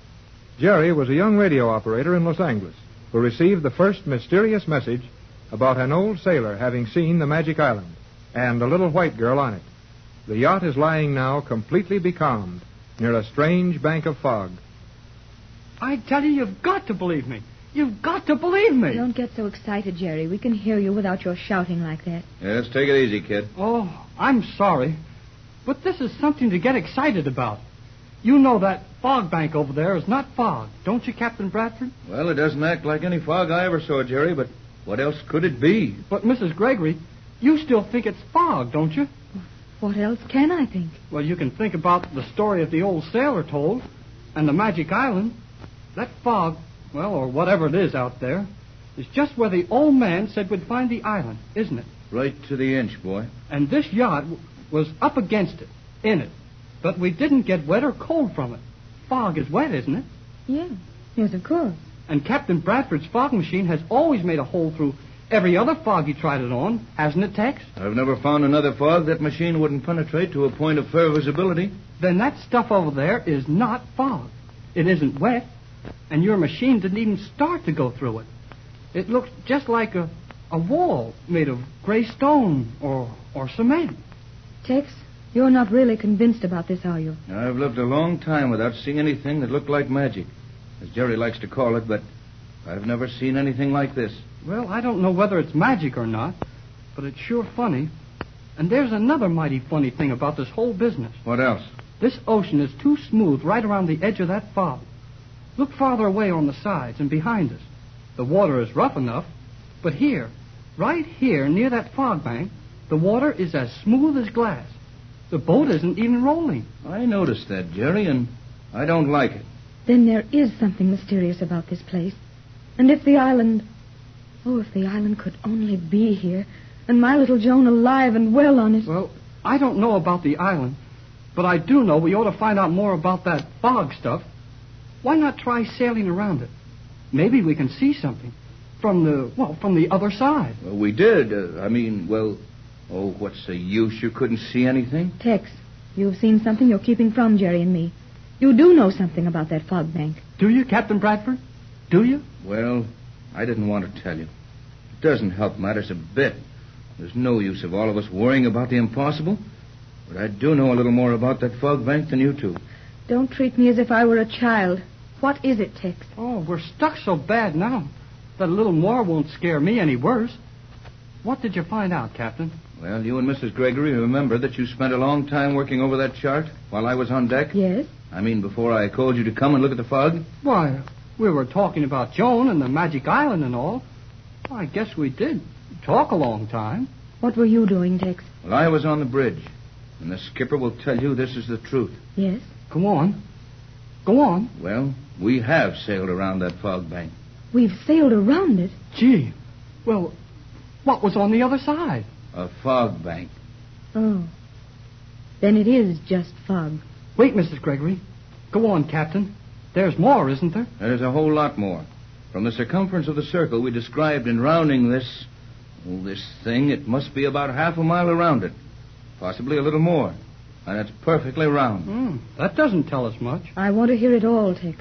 Jerry was a young radio operator in Los Angeles who received the first mysterious message about an old sailor having seen the Magic Island and a little white girl on it. The yacht is lying now completely becalmed near a strange bank of fog.
I tell you, you've got to believe me. You've got to believe me.
Don't get so excited, Jerry. We can hear you without your shouting like that.
Yes, take it easy, kid.
Oh, I'm sorry. But this is something to get excited about. You know that fog bank over there is not fog, don't you, Captain Bradford?
Well, it doesn't act like any fog I ever saw, Jerry, but what else could it be?
But, Mrs. Gregory, you still think it's fog, don't you?
What else can I think?
Well, you can think about the story of the old sailor told and the Magic Island. That fog, well, or whatever it is out there, is just where the old man said we'd find the island, isn't it?
Right to the inch, boy.
And this yacht w- was up against it, in it. But we didn't get wet or cold from it. Fog is wet, isn't it?
Yes. Yes, of course.
And Captain Bradford's fog machine has always made a hole through every other fog he tried it on, hasn't it, Tex?
I've never found another fog that machine wouldn't penetrate to a point of fair visibility.
Then that stuff over there is not fog. It isn't wet, and your machine didn't even start to go through it. It looks just like a, a wall made of gray stone or, or cement.
Tex, you're not really convinced about this, are you?
I've lived a long time without seeing anything that looked like magic, as Jerry likes to call it, but I've never seen anything like this.
Well, I don't know whether it's magic or not, but it's sure funny. And there's another mighty funny thing about this whole business.
What else?
This ocean is too smooth right around the edge of that fog. Look farther away on the sides and behind us. The water is rough enough, but here, right here near that fog bank, the water is as smooth as glass. The boat isn't even rolling.
I noticed that, Jerry, and I don't like it.
Then there is something mysterious about this place. And if the island. Oh, if the island could only be here, and my little Joan alive and well on it.
Well, I don't know about the island, but I do know we ought to find out more about that fog stuff. Why not try sailing around it? Maybe we can see something from the well, from the other side.
Well, we did. Uh, I mean, well, oh, what's the use? You couldn't see anything?
Tex, you've seen something you're keeping from Jerry and me. You do know something about that fog bank.
Do you, Captain Bradford? do you?
Well, I didn't want to tell you. It doesn't help matters a bit. There's no use of all of us worrying about the impossible. But I do know a little more about that fog bank than you two.
Don't treat me as if I were a child. What is it, Tex?
Oh, we're stuck so bad now that a little more won't scare me any worse. What did you find out, Captain?
Well, you and Mrs. Gregory remember that you spent a long time working over that chart while I was on deck?
Yes?
I mean, before I called you to come and look at the fog?
Why, we were talking about Joan and the Magic Island and all. I guess we did talk a long time.
What were you doing, Tex?
Well, I was on the bridge. And the skipper will tell you this is the truth.
Yes?
Go on. Go on.
Well, we have sailed around that fog bank.
We've sailed around it.
Gee. Well, what was on the other side?
A fog bank.
Oh. Then it is just fog.
Wait, Mrs. Gregory. Go on, Captain. There's more, isn't there?
There's a whole lot more. From the circumference of the circle we described in rounding this, oh, this thing, it must be about half a mile around it, possibly a little more, and it's perfectly round.
Hmm. That doesn't tell us much.
I want to hear it all, Tex.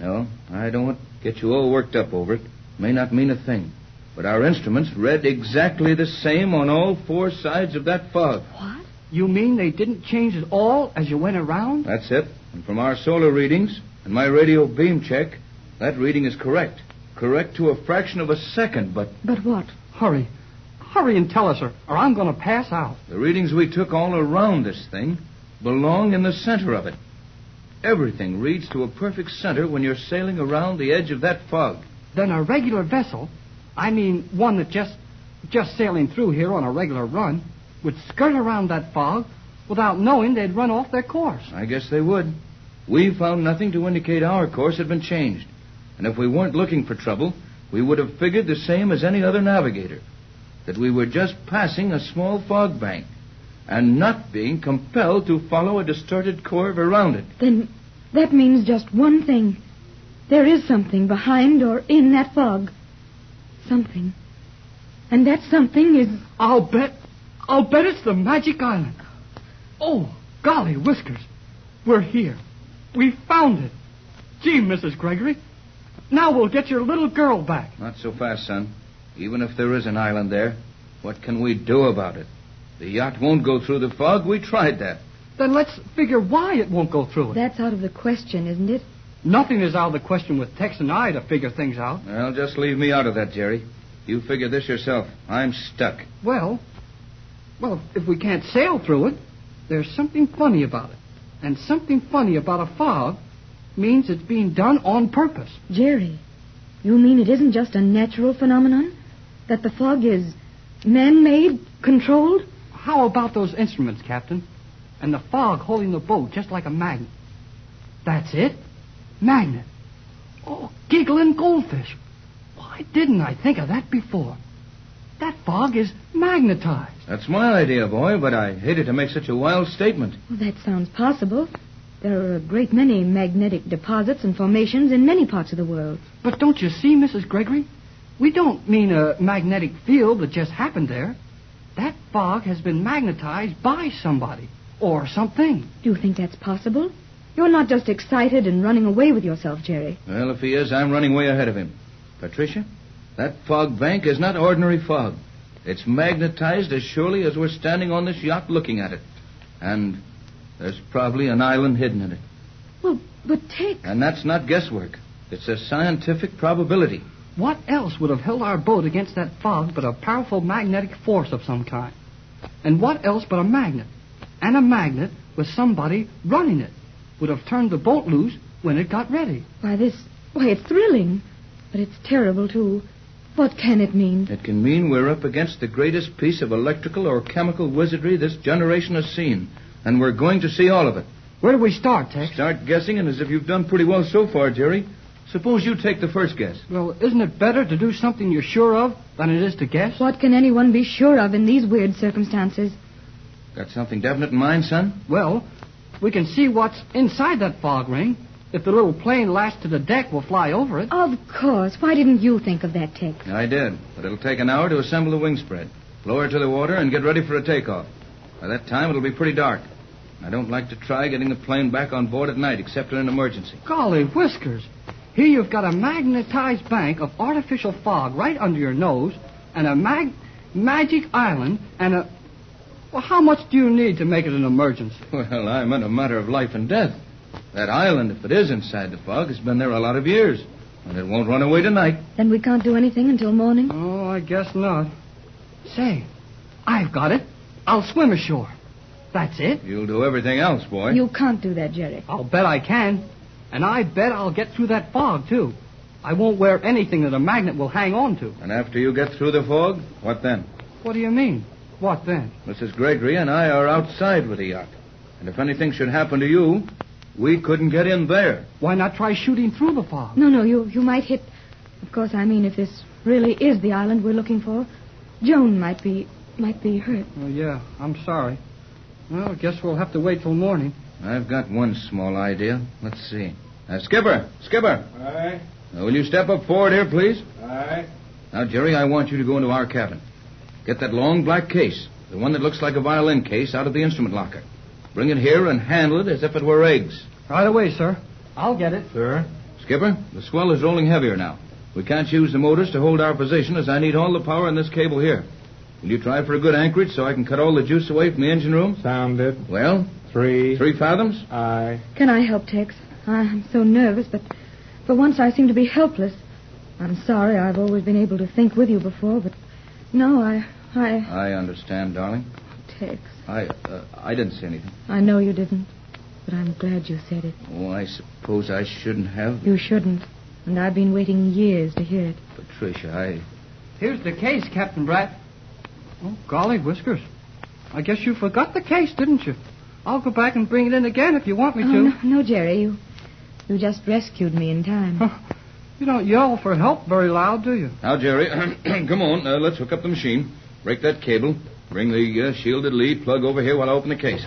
No, I don't want to get you all worked up over it. May not mean a thing, but our instruments read exactly the same on all four sides of that fog.
What?
You mean they didn't change at all as you went around?
That's it. And from our solar readings and my radio beam check, that reading is correct. Correct to a fraction of a second, but
But what?
Hurry. Hurry and tell us, or, or I'm going to pass out.
The readings we took all around this thing belong in the center of it. Everything reads to a perfect center when you're sailing around the edge of that fog.
Then a regular vessel, I mean one that just just sailing through here on a regular run, would skirt around that fog without knowing they'd run off their course.
I guess they would. We found nothing to indicate our course had been changed. And if we weren't looking for trouble, we would have figured the same as any other navigator that we were just passing a small fog bank and not being compelled to follow a distorted curve around it.
Then that means just one thing. There is something behind or in that fog. Something. And that something is.
I'll bet I'll bet it's the Magic Island. Oh, golly, Whiskers. We're here. We found it. Gee, Mrs. Gregory. Now we'll get your little girl back.
Not so fast, son. Even if there is an island there, what can we do about it? The yacht won't go through the fog. We tried that.
Then let's figure why it won't go through it.
That's out of the question, isn't it?
Nothing is out of the question with Tex and I to figure things out.
Well, just leave me out of that, Jerry. You figure this yourself. I'm stuck.
Well, well, if we can't sail through it, there's something funny about it. And something funny about a fog means it's being done on purpose.
Jerry, you mean it isn't just a natural phenomenon? That the fog is man made, controlled?
How about those instruments, Captain? And the fog holding the boat just like a magnet. That's it. Magnet. Oh, giggling goldfish. Why didn't I think of that before? That fog is magnetized.
That's my idea, boy, but I hated to make such a wild statement.
Well, that sounds possible. There are a great many magnetic deposits and formations in many parts of the world.
But don't you see, Mrs. Gregory? We don't mean a magnetic field that just happened there. That fog has been magnetized by somebody or something.
Do you think that's possible? You're not just excited and running away with yourself, Jerry.
Well, if he is, I'm running way ahead of him. Patricia, that fog bank is not ordinary fog. It's magnetized as surely as we're standing on this yacht looking at it. And there's probably an island hidden in it.
Well, but Tex.
And that's not guesswork. It's a scientific probability.
What else would have held our boat against that fog but a powerful magnetic force of some kind? And what else but a magnet? And a magnet with somebody running it would have turned the boat loose when it got ready.
Why, this. Why, it's thrilling. But it's terrible, too. What can it mean?
It can mean we're up against the greatest piece of electrical or chemical wizardry this generation has seen, and we're going to see all of it.
Where do we start, Tex?
Start guessing, and as if you've done pretty well so far, Jerry. Suppose you take the first guess.
Well, isn't it better to do something you're sure of than it is to guess?
What can anyone be sure of in these weird circumstances?
Got something definite in mind, son?
Well, we can see what's inside that fog ring. If the little plane lashed to the deck, we'll fly over it.
Of course. Why didn't you think of that, Tex?
I did, but it'll take an hour to assemble the wingspread. Lower it to the water and get ready for a takeoff. By that time, it'll be pretty dark. I don't like to try getting the plane back on board at night, except in an emergency.
Golly whiskers. Here you've got a magnetized bank of artificial fog right under your nose, and a mag- magic island, and a. Well, how much do you need to make it an emergency?
Well, I'm in a matter of life and death. That island, if it is inside the fog, has been there a lot of years. And it won't run away tonight.
Then we can't do anything until morning.
Oh, I guess not. Say, I've got it. I'll swim ashore. That's it.
You'll do everything else, boy.
You can't do that, Jerry.
I'll bet I can. And I bet I'll get through that fog, too. I won't wear anything that a magnet will hang on to.
And after you get through the fog, what then?
What do you mean? What then?
Mrs. Gregory and I are outside with the yacht. And if anything should happen to you, we couldn't get in there.
Why not try shooting through the fog?
No, no, you, you might hit. Of course, I mean, if this really is the island we're looking for, Joan might be might be hurt.
Oh, yeah, I'm sorry. Well, I guess we'll have to wait till morning.
I've got one small idea. Let's see. Now, Skipper, Skipper.
Aye,
Now, will you step up forward here, please?
aye.
Now, Jerry, I want you to go into our cabin. Get that long black case, the one that looks like a violin case, out of the instrument locker. Bring it here and handle it as if it were eggs.
Right away, sir. I'll get it.
Sir?
Skipper, the swell is rolling heavier now. We can't use the motors to hold our position as I need all the power in this cable here. Will you try for a good anchorage so I can cut all the juice away from the engine room?
Sounded.
Well,
Three.
three fathoms?
Aye.
Can I help, Tex? Ah, I'm so nervous, but for once I seem to be helpless. I'm sorry I've always been able to think with you before, but no, I. I.
I understand, darling.
Tex,
I uh, I didn't say anything.
I know you didn't, but I'm glad you said it.
Oh, I suppose I shouldn't have.
You shouldn't, and I've been waiting years to hear it.
Patricia, I.
Here's the case, Captain Bratt. Oh, golly, Whiskers. I guess you forgot the case, didn't you? I'll go back and bring it in again if you want me
oh,
to.
no, no, Jerry, you. You just rescued me in time.
Huh. You don't yell for help very loud, do you?
Now, Jerry, come on. Uh, let's hook up the machine. Break that cable. Bring the uh, shielded lead plug over here while I open the case.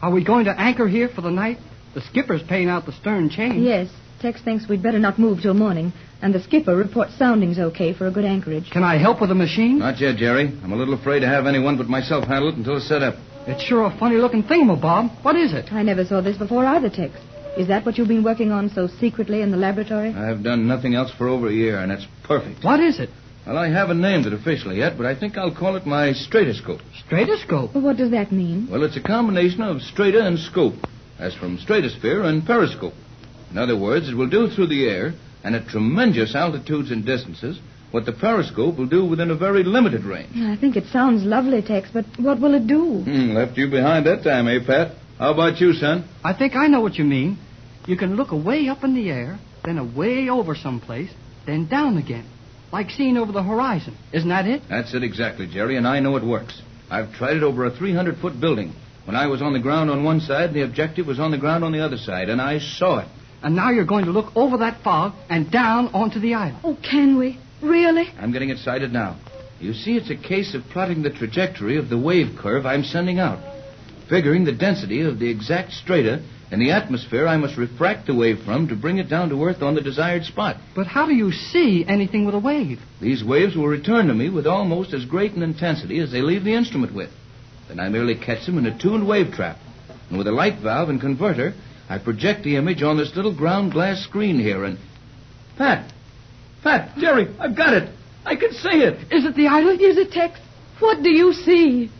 Are we going to anchor here for the night? The skipper's paying out the stern change.
Yes, Tex thinks we'd better not move till morning, and the skipper reports soundings okay for a good anchorage.
Can I help with the machine?
Not yet, Jerry. I'm a little afraid to have anyone but myself handle it until it's set up.
It's sure a funny looking thingamabob. What is it?
I never saw this before either, Tex. Is that what you've been working on so secretly in the laboratory?
I've done nothing else for over a year, and that's perfect.
What is it?
Well, I haven't named it officially yet, but I think I'll call it my stratoscope.
Stratoscope.
Well, what does that mean?
Well, it's a combination of strata and scope, as from stratosphere and periscope. In other words, it will do through the air and at tremendous altitudes and distances what the periscope will do within a very limited range.
I think it sounds lovely, Tex, but what will it do?
Hmm, left you behind that time, eh, Pat? How about you, son?
I think I know what you mean. You can look away up in the air, then away over someplace, then down again. Like seeing over the horizon. Isn't that it?
That's it exactly, Jerry, and I know it works. I've tried it over a 300 foot building. When I was on the ground on one side, the objective was on the ground on the other side, and I saw it.
And now you're going to look over that fog and down onto the island.
Oh, can we? Really?
I'm getting excited now. You see, it's a case of plotting the trajectory of the wave curve I'm sending out, figuring the density of the exact strata and the atmosphere I must refract the wave from to bring it down to Earth on the desired spot.
But how do you see anything with a wave?
These waves will return to me with almost as great an intensity as they leave the instrument with. Then I merely catch them in a tuned wave trap. And with a light valve and converter, I project the image on this little ground glass screen here and. Pat! Pat! Jerry! I've got it! I can see it!
Is it the island?
Is it, Tex? What do you see?